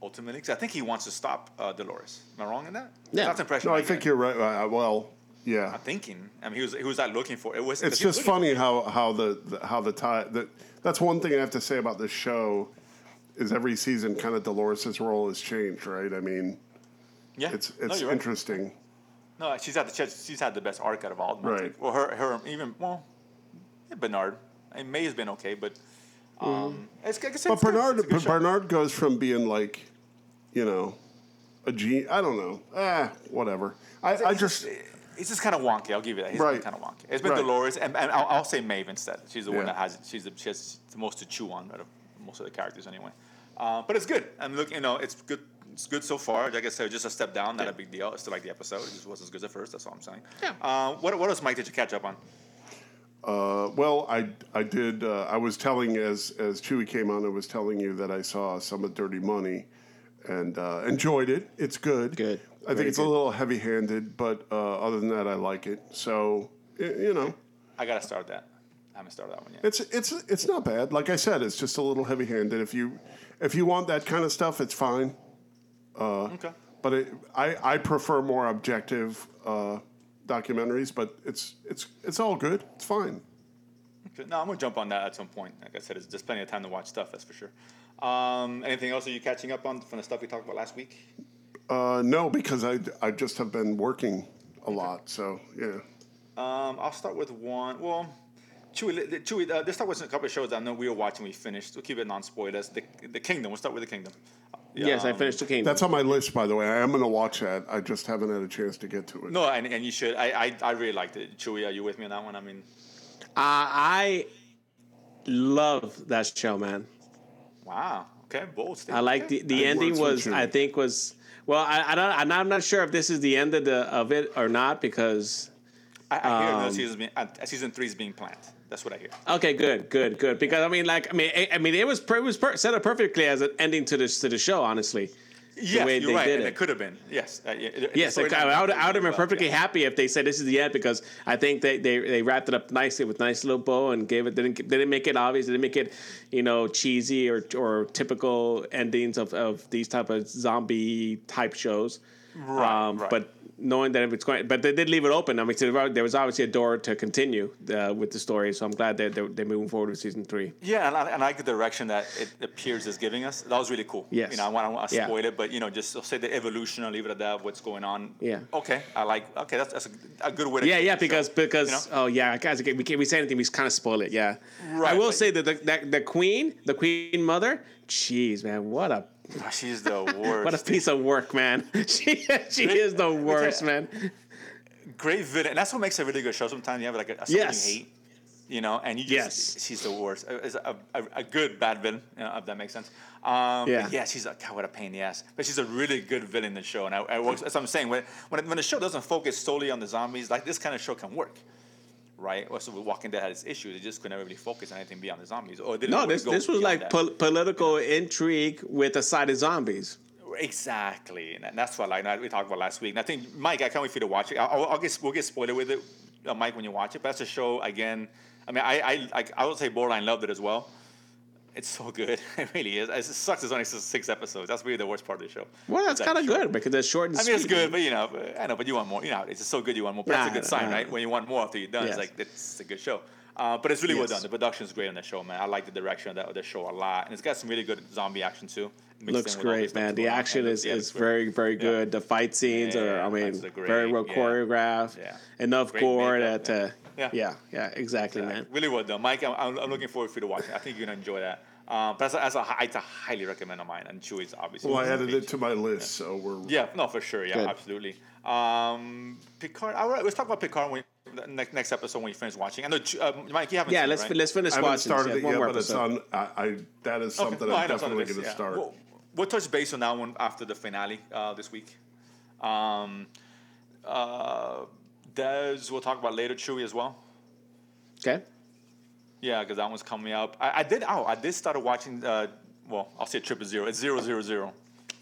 S1: ultimately because I think he wants to stop uh, Dolores. Am I wrong in that?
S2: Yeah.
S1: That's the impression.
S3: No, I
S1: get.
S3: think you're right. Uh, well, yeah.
S1: I'm thinking. I mean, he was he was out looking for it. Was
S3: it's just funny how how the, the how the tie that that's one thing I have to say about this show is every season kind of Dolores' role has changed, right? I mean,
S1: Yeah,
S3: it's
S1: no,
S3: it's
S1: you're right.
S3: interesting.
S1: No, she's had the she's, she's had the best arc out of all. of them, I
S3: Right.
S1: think. Well, her her even well, yeah, Bernard. And May has been okay, but um, it's, like I said,
S3: Mm-hmm. But
S1: it's good.
S3: Bernard
S1: It's a good show.
S3: Bernard goes from being like, you know, a gene. Eh, I don't know. Ah, whatever. I, I just
S1: It's just kind of wonky. I'll give you that. He's
S3: Right.
S1: kind of wonky. It's been
S3: Right.
S1: Dolores, and, and I'll, I'll say Maeve instead. She's the one
S3: Yeah.
S1: that has she's the, she has the most to chew on out of most of the characters anyway. Uh, but it's good. And look, you know, it's good. It's good so far. Like I said, just a step down, not a big deal. I still like the episode. It just wasn't as good as at first. That's all I'm saying.
S2: Yeah.
S1: Uh, what, what else, Mike? Did you catch up on?
S3: Uh, well, I I did. Uh, I was telling as as Chewy came on, I was telling you that I saw some of Dirty Money, and uh, enjoyed it. It's good.
S2: Good.
S3: I think
S2: Very
S3: it's a
S2: good.
S3: little heavy handed, but uh, other than that, I like it. So y- you know,
S1: I gotta start that. I haven't started that one yet.
S3: it's it's it's not bad. Like I said, it's just a little heavy handed. If you if you want that kind of stuff, it's fine.
S1: okay.
S3: But it, I I prefer more objective uh, documentaries. But it's it's it's all good. It's fine.
S1: Okay. No, I'm gonna jump on that at some point. Like I said, it's just plenty of time to watch stuff. That's for sure. Um, anything else? Are you catching up on from the stuff we talked about last week?
S3: Uh, no, because I, I just have been working a lot. So, yeah.
S1: Um, I'll start with one. Well, Chewy, let- let- Chewy. Uh, let's start with a couple of shows that I know we were watching. We finished. We'll keep it non-spoilers. The, the Kingdom. We'll start with the Kingdom.
S2: yes, I
S1: Um,
S2: finished the game.
S3: That's on my list, by the way. I am going to watch that. I just haven't had a chance to get to it.
S1: No, and, and you should. I, I I really liked it. Chewy, are you with me on that one? I mean,
S2: Uh, I love that show, man.
S1: wow. Okay, bold
S2: I
S1: statement.
S2: like
S1: Okay.
S2: the, the
S3: I
S2: ending
S3: worked
S2: was
S3: with you.
S2: I think was well I, I don't I'm not, I'm not sure if this is the end of the of it or not because
S1: I, I hear no
S2: um,
S1: season being uh, season three is being planned. That's what I hear.
S2: okay good good good because I mean like I mean I, I mean it was per, it was per, set up perfectly as an ending to this to the show honestly
S1: Yes,
S2: way
S1: you're
S2: they
S1: right.
S2: did
S1: and
S2: it.
S1: it. could have been. Yes. Uh, yeah, it-
S2: yes
S1: the
S2: like, I, I would I would have
S1: storyline-
S2: been perfectly happy if they said this is the end because I think they, they, they wrapped it up nicely with nice little bow and gave it didn't they didn't make it obvious they didn't make it you know cheesy or or typical endings of, of these type of zombie type shows Um,
S1: Right, right.
S2: but knowing that if it's going, but they did leave it open. I mean, so there there was obviously a door to continue uh, with the story, so I'm glad that they're, they're moving forward with season three.
S1: Yeah, and I, and I like the direction that it appears is giving us. That was really cool.
S2: Yes.
S1: You know, I want, I want to
S2: Yeah.
S1: spoil it, but you know, just say the evolution and leave it at that. What's going on?
S2: Yeah.
S1: Okay, I like. Okay, that's, that's a, a good way to.
S2: Yeah,
S1: keep
S2: yeah,
S1: the show,
S2: because because
S1: you know?
S2: oh yeah, guys, okay, we can't we say anything. We kind of spoil it. Yeah,
S1: Right,
S2: I will
S1: like-
S2: say that the, that the queen, the queen mother, jeez, man, what a
S1: she's the
S2: what a
S1: worst.
S2: piece of work, man. she she is the worst, man.
S1: Great villain. And that's what makes a really good show. Sometimes you have like a, a something
S2: Yes.
S1: you hate, you know, and you just
S2: Yes.
S1: she's the worst. Uh, It's a, a, a good bad villain, you know, if that makes sense. Um,
S2: Yeah.
S1: yeah. Yeah, she's a God, what a pain in the ass. But she's a really good villain in the show, and I, I works, that's what I'm saying. When when when the show doesn't focus solely on the zombies, like this kind of show can work. Right, so with Walking Dead had its issues. They just couldn't really focus on anything beyond the zombies. Or they didn't
S2: No,
S1: really
S2: this
S1: go
S2: this was
S1: beyond
S2: like
S1: that.
S2: pol- political intrigue with a side of zombies.
S1: Exactly, and that's what like we talked about last week. And I think Mike, I can't wait for you to watch it. I'll, I'll- I'll get we'll get spoiler with it, uh, Mike, when you watch it. But that's a show again. I mean, I I like I would say borderline loved it as well. It's so good, it really is. It sucks. It's only six episodes. That's really the worst part of the show.
S2: Well,
S1: Is
S2: that's
S1: that
S2: kind of
S1: short.
S2: good because it's short and
S1: I mean, it's
S2: sweet.
S1: good, but you know, but- I know, but you want more. You know, it's so good, you want more. But that's
S2: Nah,
S1: a good sign,
S2: nah.
S1: right? When you want more after you're done,
S2: Yes.
S1: it's like it's a good show. Uh, but it's really
S2: Yes.
S1: well done. The production's great on that show, man. I like the direction of that, of the show a lot, and it's got some really good zombie action too. mixed
S2: looks
S1: in with all
S2: great,
S1: stuff
S2: man.
S1: that's
S2: The
S1: going on.
S2: action
S1: And
S2: is,
S1: yeah, it
S2: is
S1: looks great.
S2: very, very good. The fight scenes are, I
S1: Yeah,
S2: mean,
S1: fights are great,
S2: very well
S1: yeah.
S2: choreographed.
S1: Yeah.
S2: Enough
S1: Great
S2: gore
S1: makeup,
S2: that, uh, yeah.
S1: yeah.
S2: yeah, exactly, man.
S1: Really well done, Mike. I'm, I'm, I'm looking forward for you to watch it. I think you're gonna enjoy that. Um, but that's a, that's a, hi- it's a highly recommend of mine, and Chewy's obviously.
S3: Well, I
S1: one of
S3: added
S1: the
S3: it to my list, so we're.
S1: Yeah, no, for sure. Yeah,
S2: Good.
S1: absolutely. Um, Picard. All right, let's talk about Picard when next next episode when you finish watching. I know, Ch- uh, Mike, you haven't.
S2: Yeah,
S1: seen it,
S2: let's
S1: right?
S2: let's finish
S3: I haven't
S2: watching.
S3: started
S2: this.
S3: it
S2: Yeah,
S3: yet,
S2: one more
S3: but it's
S2: episode.
S3: on. I, I that is
S1: Okay.
S3: something
S1: No, I
S3: I'm
S1: know it's on the
S3: definitely
S1: list,
S3: going to
S1: yeah.
S3: start.
S1: We'll, we'll touch base on that one after the finale uh, this week. Um, uh, Des, we'll talk about later. Chewy as well.
S2: Okay.
S1: Yeah, because that one's coming up. I, I did. Oh, I did started watching. Uh, well, I'll say triple zero. It's zero zero zero,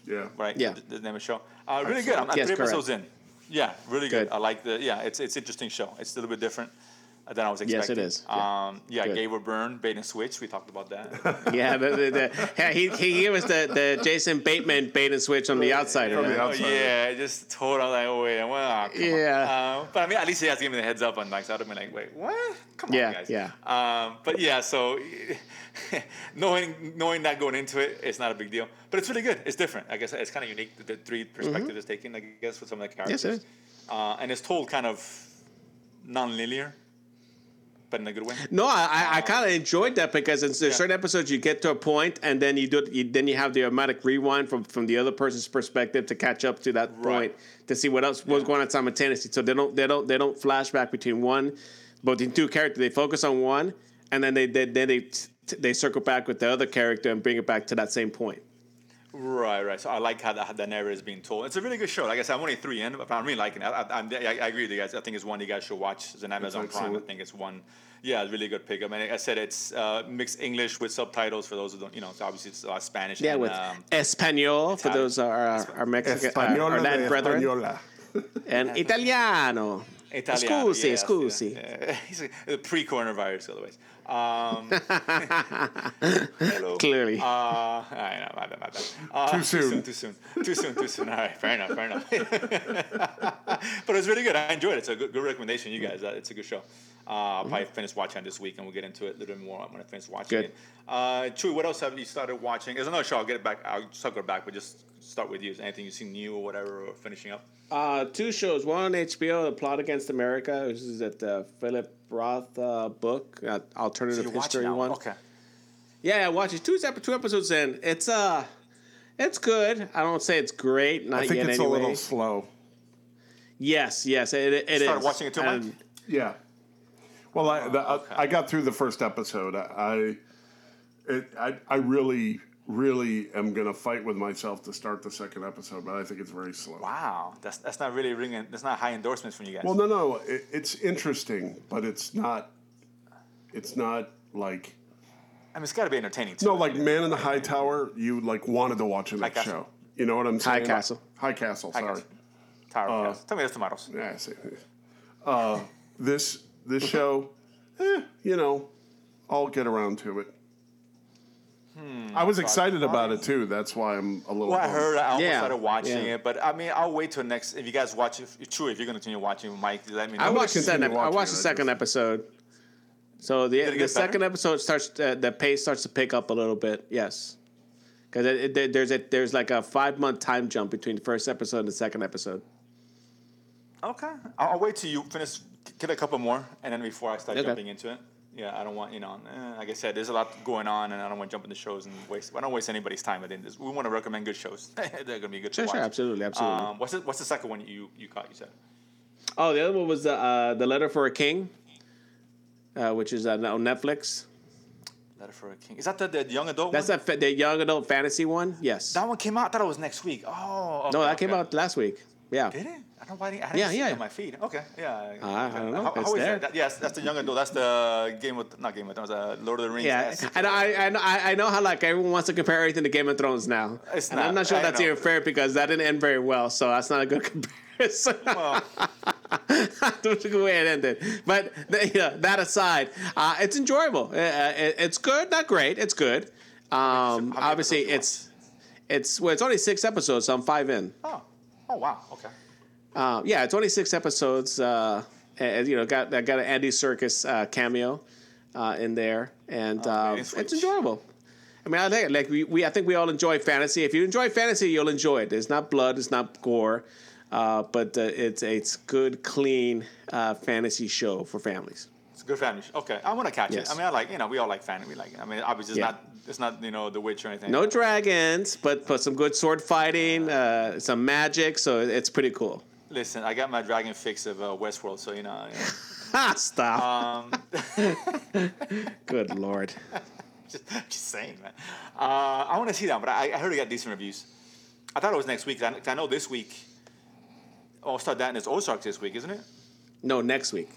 S3: yeah.
S1: right?
S2: Yeah.
S1: The, the name of the show. Uh, really good. I'm, I'm
S2: Yes,
S1: three
S2: correct.
S1: episodes in. Yeah, really good.
S2: Good.
S1: I like the. Yeah, it's it's interesting show. It's a little bit different than I was
S2: Yes, it
S1: expecting.
S2: is. Yeah.
S1: Um, yeah,
S2: Good.
S1: Gabriel Byrne, Bait and Switch. We talked about that.
S2: Yeah, the, the, the, yeah, he he gave us the, the Jason Bateman bait and switch on the outsider.
S3: From the
S2: man.
S1: Oh,
S3: outside.
S1: yeah, I just told her like, oh, wait, well, ah, come
S2: Yeah.
S1: On. Um, but I mean, at least he has given me the heads up on like, so I'd have been like, wait, what? Come
S2: Yeah,
S1: on, guys.
S2: yeah.
S1: Um, but yeah, so knowing knowing that going into it, it's not a big deal. But it's really good. It's different. I guess it's kind of unique. that The three perspectives it's taken, I guess, with some of the
S2: Mm-hmm. Yes,
S1: characters.
S2: it is.
S1: Uh, and it's told kind of non-linear. but in a good way.
S2: No, I, I, I kind of enjoyed that because in there's certain episodes you get to a point and then you do it, you, then you have the automatic rewind from, from the other person's perspective to catch up to that
S1: Right.
S2: point to see what else was going on simultaneously. So they don't they don't they don't flashback between one, but in two characters they focus on one and then they they then they t- they circle back with the other character and bring it back to that same point.
S1: Right, right. So I like how that, how that narrative is being told. It's a really good show. Like I said, I'm only three in, but I'm really liking it. I, I, I'm- I, I agree with you guys. I think it's one you guys should watch. It's an Amazon Prime. I
S3: excellent.
S1: think it's one. Yeah, it's really good pickup. And I said it's uh, mixed English with subtitles for those who don't, you know, so obviously it's a lot of Spanish.
S2: Yeah,
S1: and,
S2: with
S1: um,
S2: Espanol for
S1: Italian.
S2: those are our, our Mexican our, our
S3: Española
S2: Latin
S3: de
S2: brethren
S3: Española.
S2: and Italiano.
S1: Italiano,
S2: Scusi,
S1: yes,
S2: scusi.
S1: yeah. He's a- pre-coronavirus, otherwise. Um, hello.
S2: Clearly.
S1: Uh, all right, no, my bad, my bad. Uh,
S3: Too soon.
S1: Too soon. Too soon. Too soon. All right, fair enough. Fair enough. but it's really good. I enjoyed it. It's a good, good recommendation, you guys. Uh, it's a good show. Uh, I'll probably finish watching it this week, and we'll get into it a little bit more when I finish watching
S2: Mm-hmm. Good.
S1: it. Uh, Chewy, what else have you started watching? There's another show. I'll get it back. I'll circle back, but just start with you. Is there anything you see new or whatever, or finishing up?
S2: Uh, two shows. One on HBO, The Plot Against America, which is that uh, Philip Roth uh, book, uh, alternative history one.
S1: Okay.
S2: Yeah, I watched it. Two, ep- two episodes in. It's uh, it's good. I don't say it's great. Not
S3: I think
S2: yet.
S1: E
S3: it's
S2: anyway.
S3: a little slow.
S2: Yes, yes. It, it
S1: Started
S2: is.
S1: watching it too much?
S2: And-
S3: Yeah. Well, I, the, uh,
S1: okay.
S3: I got through the first episode. I, I, it, I, I really, really am going to fight with myself to start the second episode, but I think it's very slow.
S1: Wow, that's that's not really ringing. That's not high endorsements from you guys.
S3: Well, no, no, it, it's interesting, but it's not, it's not like
S1: I mean, it's got to be entertaining. Too.
S3: no, like Man in the High Tower. You like wanted to watch in that
S1: Castle.
S3: show. You know what I'm saying?
S2: Castle.
S3: High Castle. Sorry.
S1: Castle. Tower of
S2: uh,
S1: Chaos. Tell me those tomatoes.
S3: Yeah, I see. Uh, this this show, eh, you know, I'll get around to it. I was excited about it too. That's why I'm a little.
S1: Well, I
S3: bummed.
S1: heard. uh, I almost
S2: Yeah,
S1: started watching
S2: yeah.
S1: it, but I mean, I'll wait till next. If you guys watch it, if- true. If you're gonna continue watching, Mike, let me know.
S2: I watched the
S3: continue
S2: second. ep- I
S3: watching
S2: watched
S3: it,
S2: the
S3: I
S2: second
S3: guess.
S2: episode. So the
S1: it
S2: the
S1: get
S2: second
S1: better?
S2: episode starts. To, the pace starts to pick up a little bit. Yes, because it, it, there- there's a there's like a five month time jump between the first episode and the second episode.
S1: Okay, I'll, I'll wait till you finish. Get a couple more, and then before I start
S2: Okay.
S1: jumping into it. Yeah, I don't want you know. eh, Like I said, there's a lot going on, and I don't want to jump into shows and waste. I don't waste anybody's time. I think this- we want to recommend good shows. They're gonna be good
S2: Sure,
S1: to watch.
S2: sure, absolutely, absolutely.
S1: Um, what's the, what's the second one you you caught? You said.
S2: Oh, the other one was the uh, the letter for a king, uh, which is on, on Netflix.
S1: Letter for a King. Is that the, the young adult
S2: That's
S1: one?
S2: that fa- the young adult fantasy one. Yes.
S1: that one came out. I thought it was next week. Oh,
S2: no,
S1: okay,
S2: that came
S1: okay.
S2: out last week. Yeah.
S1: Did it? I don't know why. I didn't, I didn't
S2: Yeah,
S1: see
S2: yeah.
S1: it on my feed. Okay, yeah.
S2: I
S1: okay.
S2: don't know.
S1: How-
S2: It's
S1: how is
S2: there.
S1: that? That- Yes, that's the young adult. That's the Game of not Game of Thrones. Uh, Lord of the Rings.
S2: Yeah,
S1: Yes.
S2: and I, I know I I know how like everyone wants to compare everything to Game of Thrones now.
S1: It's
S2: and I'm
S1: not.
S2: not sure
S1: I
S2: that's
S1: know.
S2: even fair because that didn't end very well, so that's not a good comparison.
S1: Well,
S2: That's the way it ended. But th- you know, that aside, uh, it's enjoyable. Uh, uh, it- it's good, not great. It's good. Um,
S1: many
S2: obviously,
S1: episodes you
S2: it's it's well, it's only six episodes. So I'm five in.
S1: oh, oh wow. Okay.
S2: Uh, yeah, it's only six episodes. Uh, and, you know, got I got an Andy Circus uh, cameo uh, in there, and um,
S1: Oh, it's
S2: it's
S1: rich.
S2: enjoyable. I mean, I think like we, we I think we all enjoy fantasy. If you enjoy fantasy, you'll enjoy it. It's not blood, it's not gore, uh, but uh, it's it's good, clean uh, fantasy show for families.
S1: It's a good family. Show. Okay, I want to catch
S2: Yes.
S1: it. I mean, I like you know we all like family. We like. It. I mean, obviously it's
S2: Yeah.
S1: not it's not you know The Witch or anything.
S2: No dragons, but but some good sword fighting, uh, some magic. So it's pretty cool.
S1: Listen, I got my dragon fix of uh, Westworld, so you know. You know.
S2: Ha! Stop.
S1: Um,
S2: good lord.
S1: just, just saying, man. Uh, I want to see that, but I, I heard it got decent reviews. I thought it was next week. 'cause I, 'cause I know this week. All Star Dan is Ozark this week, isn't it?
S2: No, next week.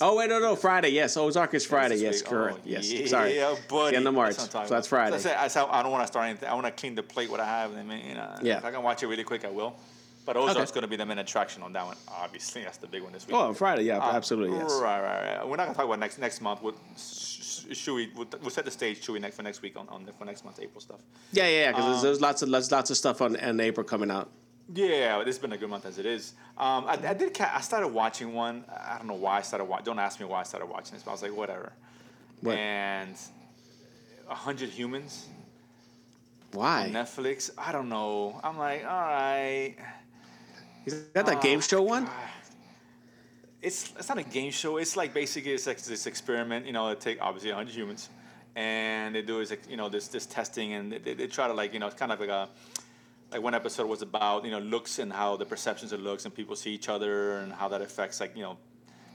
S2: Oh wait, no, no, Friday. Yes, Ozark is Friday.
S1: This
S2: Yes,
S1: week.
S2: correct.
S1: Oh,
S2: yes,
S1: yeah,
S2: sorry.
S1: Yeah, buddy.
S2: The end of March.
S1: what I'm
S2: so
S1: talking about.
S2: that's Friday.
S1: So I, said- I, said I don't want to start anything. I want to clean the plate what I have. And I mean, you know,
S2: Yeah.
S1: if I can watch it really quick, I will. But Ozark's going to be the main attraction on that one. Obviously, that's the big one this week.
S2: oh, on Friday. Yeah, absolutely. Yes.
S1: Ah, Right, right, right. We're not gonna talk about next next month. We'll, sh- sh- should we, we'll, we'll set the stage. Should we next for next week on, on the, for next month's April stuff?
S2: Yeah, yeah, yeah. Because
S1: Um,
S2: there's, there's lots of lots, lots of stuff on in April coming out.
S1: Yeah, it's been a good month as it is. Um, I, I did. Ca- I started watching one. I don't know why I started watching. Don't ask me why I started watching this, but I was like, whatever.
S2: What?
S1: And a hundred humans.
S2: Why?
S1: Netflix. I don't know. I'm like, all right. Ah,
S2: Is that the game show one?
S1: it's it's not a game show. It's like basically it's like this experiment. You know, they take obviously 100 humans, and they do is like, you know this this testing, and they, they try to like you know it's kind of like a like one episode was about you know looks and how the perceptions of looks and people see each other and how that affects like you know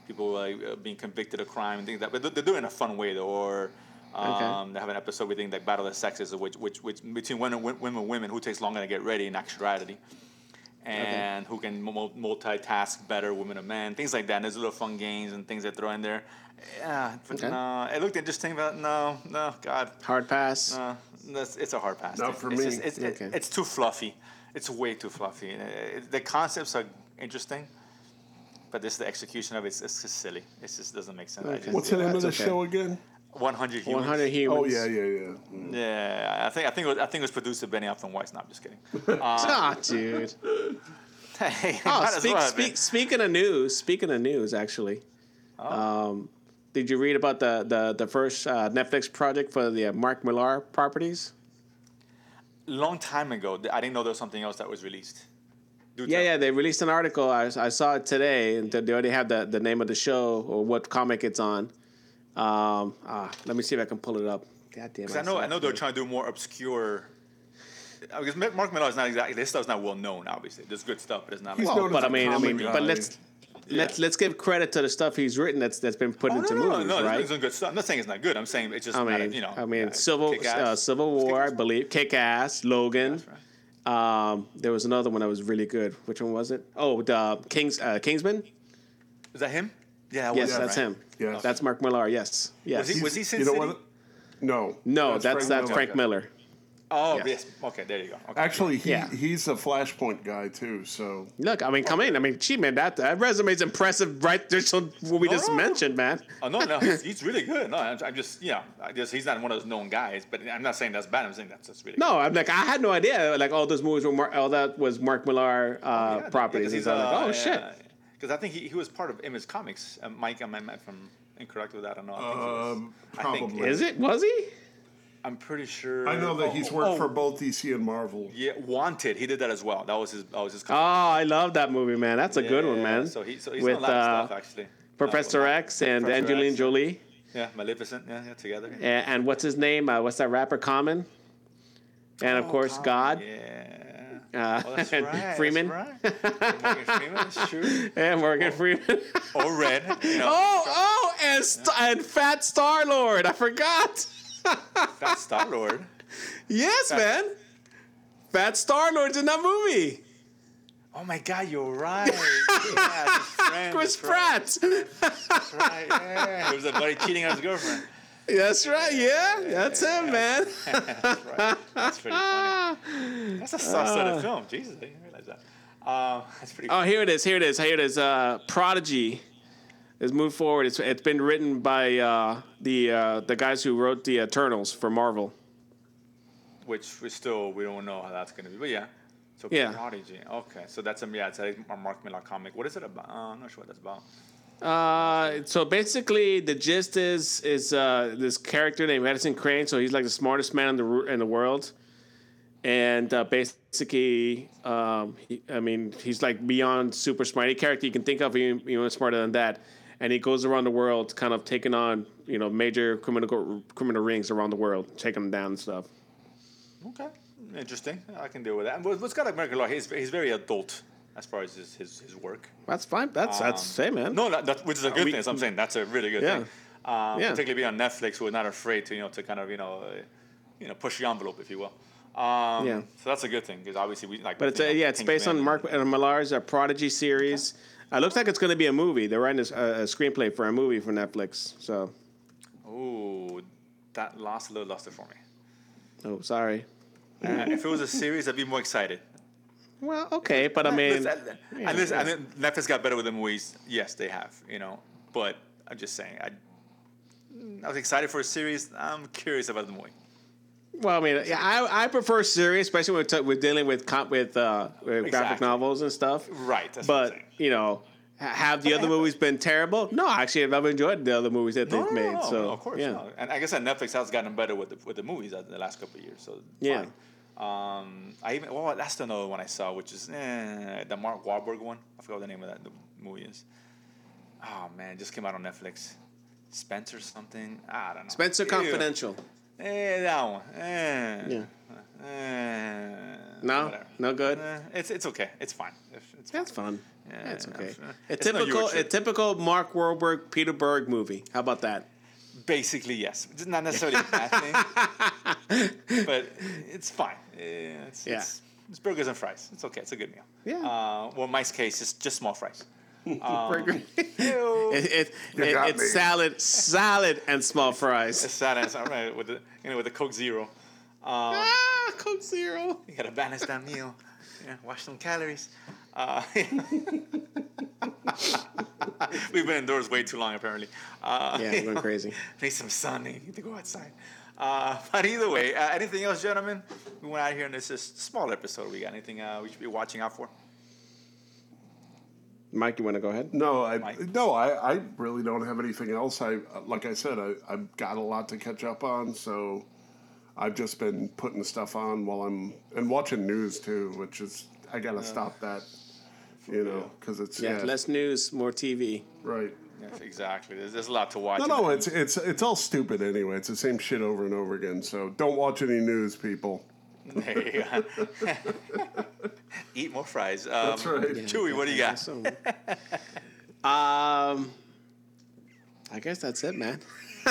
S1: people like uh, being convicted of crime and things like that. But they- they do it in a fun way though. Or um,
S2: Okay.
S1: they have an episode we think like battle of the sexes, which which which between women women women who takes longer to get ready in actuality and who can mul- multitask better, women and men, things like that. And there's little fun games and things they throw in there. Yeah, but
S2: Okay.
S1: no, it looked interesting, but no, no, God,
S2: Hard pass.
S1: no, that's, it's a hard pass.
S3: Not
S1: It's-
S3: for
S1: it's
S3: me.
S1: just- it's, it-
S2: Okay.
S1: it's too fluffy. It's way too fluffy. Uh, it- the concepts are interesting, but this the execution of it, it's, it's just silly. It just doesn't make sense. I
S2: Okay.
S1: just-
S3: What's the name of
S2: that's
S3: the
S2: okay.
S3: show again?
S1: 100 humans.
S2: 100 humans.
S3: Oh yeah, yeah, yeah. Mm.
S1: Yeah, I think I think it was, I think it was produced by Benioff and Weiss. No, I'm just kidding.
S2: Ah, dude.
S1: Hey,
S2: Oh,
S1: might Oh, as
S2: speak,
S1: well have been.
S2: speak, speaking of news, speaking of news, actually,
S1: Oh.
S2: um, did you read about the the the first uh, Netflix project for the uh, Mark Millar properties?
S1: long time ago. th- I didn't know there was something else that was released. Do
S2: Yeah,
S1: tell.
S2: yeah, they released an article. I, I saw it today, and they already have the, the name of the show or what comic it's on. Um, ah, let me see if I can pull it up. God damn,
S1: 'Cause I know,
S2: saw
S1: I
S2: it
S1: know they're
S2: today.
S1: trying to do more obscure. uh, Because Ma- Mark Millar is not exactly this stuff's not well known. Obviously, there's good stuff, but it's not.
S3: He's
S1: like-
S3: known
S2: But
S3: as
S2: I
S3: a
S2: mean, I mean,
S3: comedy
S2: but
S3: guy.
S2: let's let's let's give credit to the stuff he's written that's that's been put
S1: Oh,
S2: into
S1: no, no,
S2: movies,
S1: no, no,
S2: right?
S1: There's some good stuff. I'm not saying it's not good. I'm saying it's just
S2: I
S1: not,
S2: mean,
S1: a- you know.
S2: I mean,
S1: uh,
S2: Civil
S1: Kick-Ass.
S2: uh, Civil
S1: Kick-Ass,
S2: War, I
S1: right?
S2: believe, Kick Ass, Logan.
S1: That's right.
S2: Um, there was another one that was really good. Which one was it? Oh, the Kings uh, Kingsman.
S1: Is that him? Oh, Yeah, that
S2: Yes,
S1: was
S2: that's
S1: right.
S2: him.
S3: Yes.
S2: that's Mark Millar. Yes, yes.
S1: Was he, was he Sin
S3: You know
S1: City?
S3: what? No.
S2: no, that's that's Frank,
S1: Miller.
S2: Miller.
S1: Oh,
S2: Yeah.
S1: yes. Okay, there you go. Okay.
S3: Actually, he,
S2: Yeah.
S3: he's a Flashpoint guy too. So
S2: Look, I mean, come in. I mean, gee, man, that, that resume is impressive, right? There's some, what we
S1: No,
S2: just
S1: no, no.
S2: mentioned, man.
S1: Oh no, no, he's, he's really good. No, I'm, I'm just, yeah, I just he's not one of those known guys. But I'm not saying that's bad. I'm saying that's just really.
S2: No, I'm like, I had no idea. Like, all those movies were Mark, all that was Mark Millar uh,
S1: Oh, Yeah,
S2: properties.
S1: because
S2: And so I'm like, oh shit.
S1: Because I think he, he was part of Image Comics. Um, Mike, am I am I- if I'm incorrect with that? I don't know. I think he was. I
S3: Um,
S1: think-
S3: probably.
S2: Is it? Was he?
S1: I'm pretty sure.
S3: I know that
S1: oh,
S3: he's
S1: oh,
S3: worked
S1: oh,
S3: for both DC and Marvel.
S1: Yeah, Wanted. He did that as well. That was his. That was his.
S2: Oh, I love that movie, man. That's a good one,
S1: Yeah,
S2: man.
S1: So, he, so he's
S2: With
S1: done a lot
S2: uh,
S1: of stuff actually.
S2: Professor
S1: Uh,
S2: X and
S1: Professor
S2: Angelina
S1: X.
S2: Jolie.
S1: Yeah, Maleficent. Yeah, yeah, together.
S2: A- And, what's his name? Uh, what's that rapper? Common. And of course, God.
S1: Oh, Yeah.
S2: Uh,
S1: Oh, that's
S2: and
S1: right. that's
S2: Freeman.
S1: right. Morgan Freeman. That's true.
S2: And Morgan Freeman.
S1: Or Red. You know,
S2: oh, oh, and, st- and Fat Star Lord. I forgot. Oh.
S1: That's Star Lord.
S2: Yes, man. Fat Star Lord's in that movie.
S1: Oh my God, you're right. Yeah, his friend,
S2: Chris
S1: his friend.
S2: Pratt.
S1: right. Yeah. It was a buddy cheating on his girlfriend.
S2: That's right. Yeah, that's him, man.
S1: That's right. That's pretty funny. That's a soft side of film. Jesus, I didn't realize that. Um, that's pretty.
S2: Oh, here it is. Here it is. Here it is. Uh, Prodigy is moved forward. It's, it's been written by uh, the uh, the guys who wrote the Eternals for Marvel.
S1: Which we still we don't know how that's gonna be, but yeah. So
S2: Yeah.
S1: Prodigy. Okay, so that's um yeah, it's a Mark Miller comic. What is it about? Uh, I'm not sure what that's about.
S2: Uh, so basically, the gist is is uh, this character named Edison Crane. So he's like the smartest man in the ru- in the world, and uh, basically, um, he, I mean, he's like beyond super smart. Any character you can think of, even, even smarter than that. And he goes around the world, kind of taking on you know major criminal criminal rings around the world, taking them down and stuff.
S1: Okay, interesting. I can deal with that. And what- what's got American Law? He's he's very adult as far as his his, his work.
S2: That's fine. That's that's
S1: Um,
S2: same man.
S1: No, that, that, which is a good
S2: we-
S1: thing. So I'm saying that's a really good
S2: Yeah.
S1: thing. Um,
S2: Yeah.
S1: Particularly being on Netflix, who are not afraid to you know to kind of you know uh, you know push the envelope, if you will. Um,
S2: Yeah.
S1: So that's a good thing because obviously we like.
S2: But it's uh, yeah, it's based on Mark uh, Millar's uh, Prodigy series. Uh, looks like it's going to be a movie. They're writing a, s- a- a screenplay for a movie for Netflix. So,
S1: Oh, that lost a little luster for me.
S2: oh, sorry.
S1: Uh, if it was a series, I'd be more excited.
S2: Well, okay, but I mean,
S1: Listen, and,
S2: yeah,
S1: and listen,
S2: yeah.
S1: and then Netflix got better with the movies. Yes, they have. You know, but I'm just saying, I, I was excited for a series. I'm curious about the movie.
S2: well, I mean, yeah, I, I prefer series, especially when we're, t- we're dealing with comp- with, uh, with graphic
S1: Exactly.
S2: novels and stuff.
S1: Right. That's what I'm
S2: But
S1: saying.
S2: you know, ha- have the other
S1: happened.
S2: movies been terrible? No, actually, I've enjoyed the other movies that
S1: No,
S2: they've
S1: no,
S2: made.
S1: no, no,
S2: so,
S1: Oh, of course,
S2: yeah,
S1: no. and I guess that Netflix has gotten better with the, with the movies in the last couple of years. So
S2: Yeah.
S1: fine. Um, I even well, that's another one I saw, which is eh, the Mark Wahlberg one. I forgot what the name of that movie is. Oh man, just came out on Netflix. Spencer something. I don't know.
S2: Spencer
S1: Ew.
S2: Confidential.
S1: Eh, that one. Eh.
S2: Yeah.
S1: Eh,
S2: No?
S1: whatever.
S2: No good?
S1: Eh, it's it's okay. It's fine. If- It's
S2: That's fun.
S1: Yeah,
S2: That's
S1: yeah,
S2: okay.
S1: sure.
S2: A
S1: It's not your
S2: typical, a
S1: trip.
S2: typical Mark Wahlberg, Peter Berg movie. How about that?
S1: Basically, yes. It's not necessarily a bad thing, but it's fine. Eh, It's,
S2: Yeah.
S1: It's, it's burgers and fries. It's okay. It's a good meal.
S2: Yeah.
S1: Uh, well, in my case, it's just small fries.
S2: Burger- Um, it,
S1: Ew.
S2: it, it,
S3: got me.
S2: it's salad, salad, and small fries.
S1: It's sad ass. All right, with the you know with the Coke Zero. Um,
S2: Ah, Coke Zero.
S1: you gotta balance that meal. Yeah, watch some calories. Uh, We've been indoors way too long, apparently. Uh,
S2: Yeah,
S1: you
S2: I'm going
S1: know,
S2: crazy.
S1: Need some sun. Need need to go outside. Uh, but either way, uh, anything else, gentlemen? We went out here, and it's a small episode. We got anything uh, we should be watching out for?
S2: Mike, you want to go ahead?
S3: No, I
S1: Mike?
S3: no, I, I really don't have anything else. I like I said, I, I've got a lot to catch up on, so I've just been putting stuff on while I'm and watching news too, which is I gotta stop that, you know, because it's
S2: Yeah,
S3: yeah,
S2: less news, more TV.
S3: right.
S1: Yes, exactly. There's, there's a lot to watch.
S3: No, no, it's it's it's all stupid anyway. It's the same shit over and over again. So don't watch any news, people.
S1: There you go. Eat more fries. Um, That's
S3: right.
S1: Chewy, what do you got?
S2: So, um, I guess that's it, man.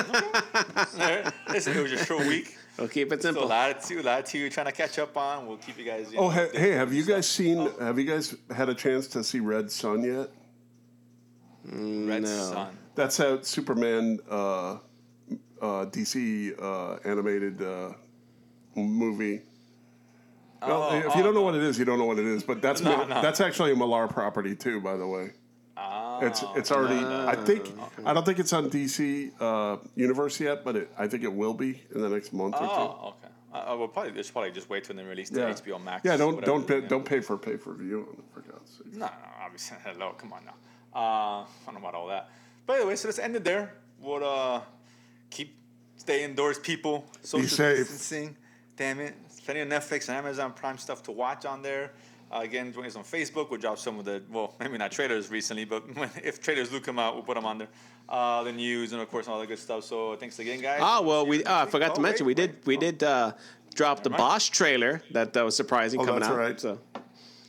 S1: Listen, it was a short week.
S2: We'll keep it
S1: So a
S2: simple.
S1: lot of two, a lot of two trying to catch up on. We'll keep you guys. You
S3: Oh,
S1: know,
S3: ha-
S1: updated.
S3: hey, have you
S1: uh,
S3: guys seen?
S1: oh.
S3: Have you guys had a chance to see Red Sun yet?
S1: Red
S2: no.
S1: Sun.
S3: That's that Superman uh, uh, DC uh, animated uh, movie. Well, if you don't know what it is, you don't know what it is. But that's
S1: Oh, No,
S3: Mil-
S1: no.
S3: that's actually a Millar property too, by the way.
S1: Ah,
S3: It's it's already. I think I don't think it's on DC uh, Universe yet, but it, I think it will be in the next month or
S1: oh, okay. Uh, uh, well, probably just probably just wait till they release
S3: two.
S1: the HBO Max.
S3: Yeah, don't
S1: whatever,
S3: don't pay,
S1: you know.
S3: don't pay for pay for view. For God's sake.
S1: No, no, obviously. Hello, come on now. Uh, I don't know about all that. But anyway, so let's end it there. We'll uh, keep stay indoors, people. Social
S3: safe.
S1: distancing. Damn it. There's plenty of Netflix and Amazon Prime stuff to watch on there. Uh, again, join us on Facebook. We'll drop some of the, well, maybe not trailers recently, but when, if trailers do come out, we'll put them on there. Uh, the news and, of course, all that good stuff. So thanks again, guys.
S2: Oh well, we uh, I forgot to
S1: Oh,
S2: mention we
S1: wait,
S2: did
S1: wait.
S2: we did uh, drop the
S1: Never mind.
S2: Bosch trailer that that was surprising
S3: Oh,
S2: coming
S3: that's
S2: out.
S3: right.
S2: So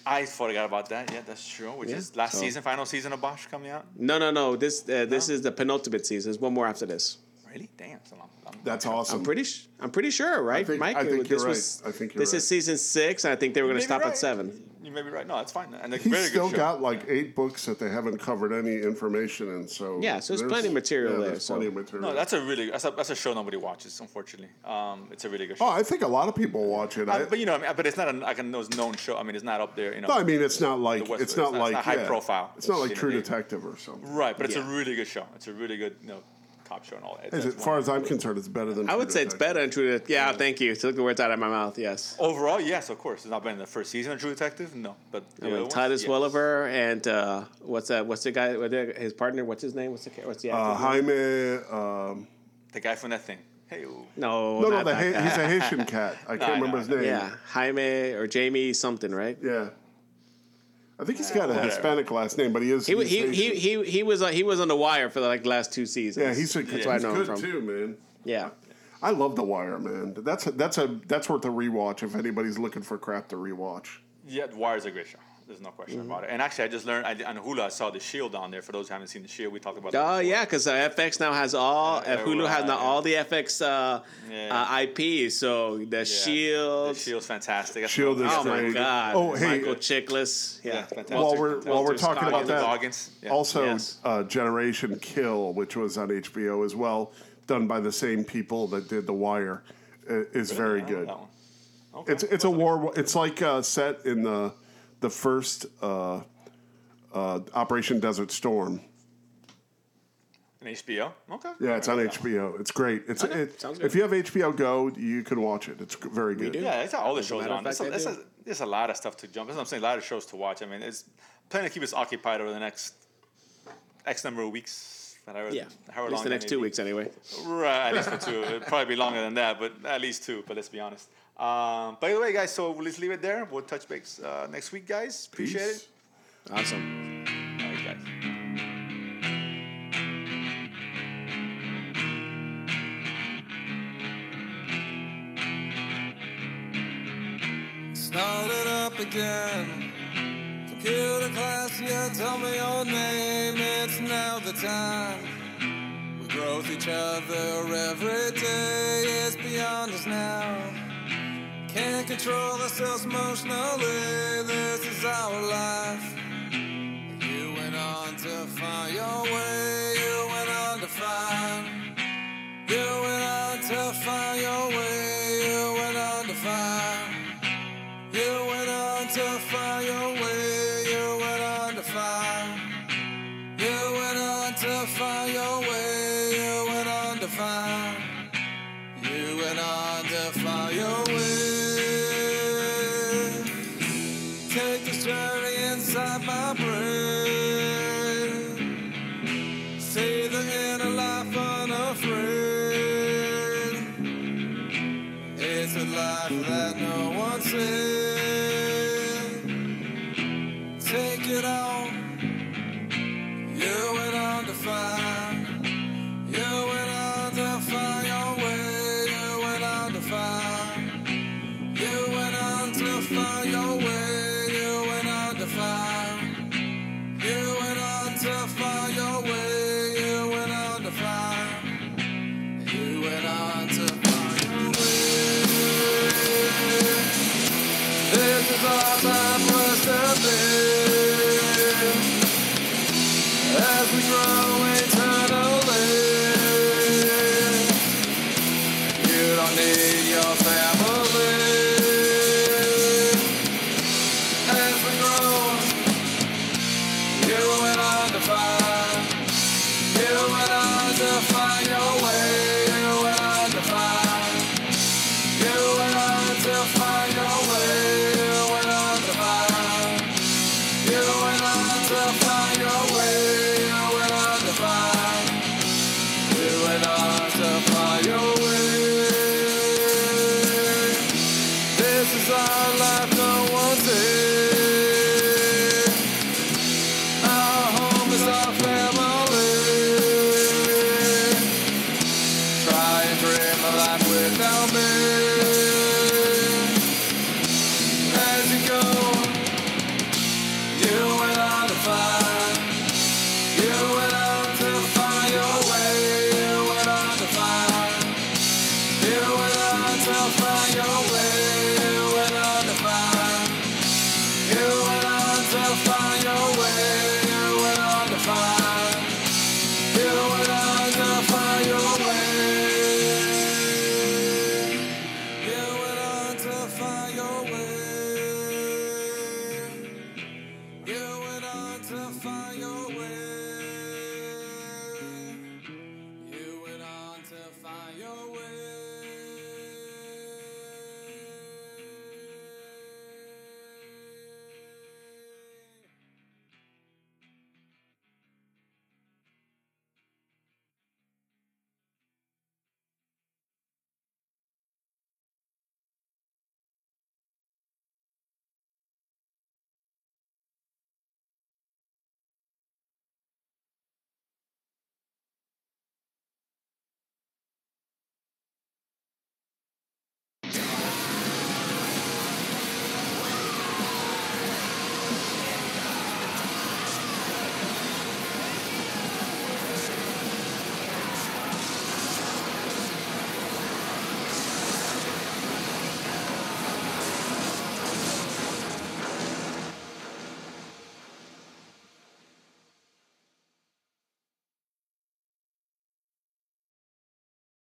S1: I forgot about that. Yeah, that's true. Which
S2: Yeah,
S1: is last
S2: so-
S1: season, final season of Bosch coming out.
S2: no, no, no. This uh, this is the penultimate season. There's one more after this.
S1: Really? Damn. So long. long-
S3: That's awesome.
S2: I'm pretty sh- I'm pretty sure, right,
S3: think-
S2: Mike?
S3: I think
S2: this
S3: you're
S2: was
S3: right. I think you're
S2: this
S3: right.
S2: is season six, and I think they were going
S1: You
S2: to
S1: may be
S2: stop
S1: right.
S2: at seven.
S1: You may be right. No, it's fine. And a very
S3: He's
S1: good
S3: still
S1: show.
S3: got like eight books that they haven't covered any information in. So
S2: Yeah, so there's plenty of material there,
S3: There's
S2: so-
S3: plenty of material.
S1: No, that's a really that's a, that's a show nobody watches, unfortunately. Um, it's a really good show.
S3: oh, I think a lot of people watch it. I,
S1: Uh, but you know, I mean, but it's not an like a known known show. I mean, it's not up there. You know,
S3: no, I mean it's not like
S1: The West-
S3: it's not
S1: it's not-
S3: like
S1: it's not high
S3: yeah,
S1: profile.
S3: It's not like
S1: You know,
S3: True
S1: they-
S3: Detective or something.
S1: right? But it's
S2: Yeah.
S1: a really good show. It's a really good you know cop show and all that.
S3: As,
S1: That's
S3: far
S1: one.
S3: as I'm concerned, it's better
S2: I
S3: than. True
S2: would say it's
S3: Detective.
S2: better than True. Det- Yeah, thank you. Took the words out of my mouth. Yes.
S1: overall, yes, of course, it's not been the first season of True Detective. No, but the
S2: I
S1: other
S2: mean,
S1: ones,
S2: Titus
S1: yes.
S2: Welliver and uh, what's that? What's the guy? what the- His partner? What's his name? What's the ca- what's the actor's
S3: Uh,
S2: name?
S3: Jaime, um,
S1: the guy from that thing. Hey, ooh.
S2: No,
S3: no, no,
S2: not
S3: the
S2: that
S3: ha-
S2: guy.
S3: he's a Haitian cat. I can't
S1: I
S3: remember
S1: know,
S3: his
S1: I know.
S3: name.
S2: Yeah, Jaime or Jamie something, right?
S3: Yeah. I think he's got a
S1: whatever.
S3: Hispanic last name, but he is.
S2: He, wa-
S3: he's
S2: he, he,
S3: Haitian.
S2: he, he was on, he was on the wire for like the last two seasons.
S3: yeah, he's a
S2: that's
S3: he's
S2: where I know him
S3: good
S2: from.
S3: too, man.
S2: Yeah,
S3: I love The Wire, man. That's a, that's a that's worth a rewatch if anybody's looking for crap to rewatch.
S1: Yeah, The Wire's a great show. There's no question
S2: Mm-hmm.
S1: about it. And actually, I just learned I, on Hulu, I saw The Shield on there. For those who haven't seen The Shield, we talked about that
S2: oh
S1: before.
S2: yeah, because uh, FX now has all
S1: Yeah,
S2: uh, Hulu has now
S1: right.
S2: all the FX uh,
S1: Yeah.
S2: uh, IPs. So the
S1: Yeah,
S2: Shield,
S1: The Shield's fantastic. That's
S3: Shield
S1: another-
S3: is
S2: oh my
S3: great.
S2: god,
S3: Oh, hey.
S2: Michael Chiklis, yeah,
S1: Yeah, fantastic.
S3: While we're
S2: Walter
S3: while we're talking
S2: Scott
S3: about
S2: Gilbert.
S3: that,
S1: Goggins. Yeah.
S3: also
S2: Yes.
S3: uh, Generation Kill, which was on HBO as well, done by the same people that did The Wire, i- is very
S1: I don't know
S3: good.
S1: Oh, that one. Okay.
S3: It's it's a war. It's like uh, set in the the first uh, uh, Operation Desert Storm.
S1: An HBO. Okay.
S3: Yeah, it's on
S1: Alright.
S3: HBO. It's great. It's it,
S2: sounds good.
S3: if you have HBO Go, you can watch it. It's g- very good.
S2: do.
S1: Yeah, it's all the
S2: As a
S1: shows
S2: matter of
S1: on. There's a,
S2: fact, I
S1: there's, a,
S2: do.
S1: there's a lot of stuff to jump. That's what I'm saying. A lot of shows to watch. I mean, it's plan to keep us occupied over the next X number of weeks. Whatever,
S2: yeah,
S1: however
S2: at
S1: long
S2: least the
S1: that
S2: next
S1: may
S2: two
S1: be.
S2: weeks anyway.
S1: Right, at least for two. It'd probably be longer than that, but at least two. But let's be honest. Um, by the way, guys, so let's leave it there. We'll touch base uh, next week, guys. Appreciate
S3: Peace.
S1: it.
S2: Awesome.
S1: All right, guys.
S4: up again. Computer class, yeah, tell me your name. It's now the time. We growth each other every day. It's beyond us now. Can't control ourselves emotionally. This is our life. You went on to find your way. You went on to find. You went on to find your way. You went on to find. You went on to find your way. You went on to find. You went on to find your way. You went on to find. You went on to find your way. Take this journey inside my brain. See the inner life unafraid. It's a life that no one seen. Take it on. You went on to find. You went on to find your way. You went on to find. You went on to find your way.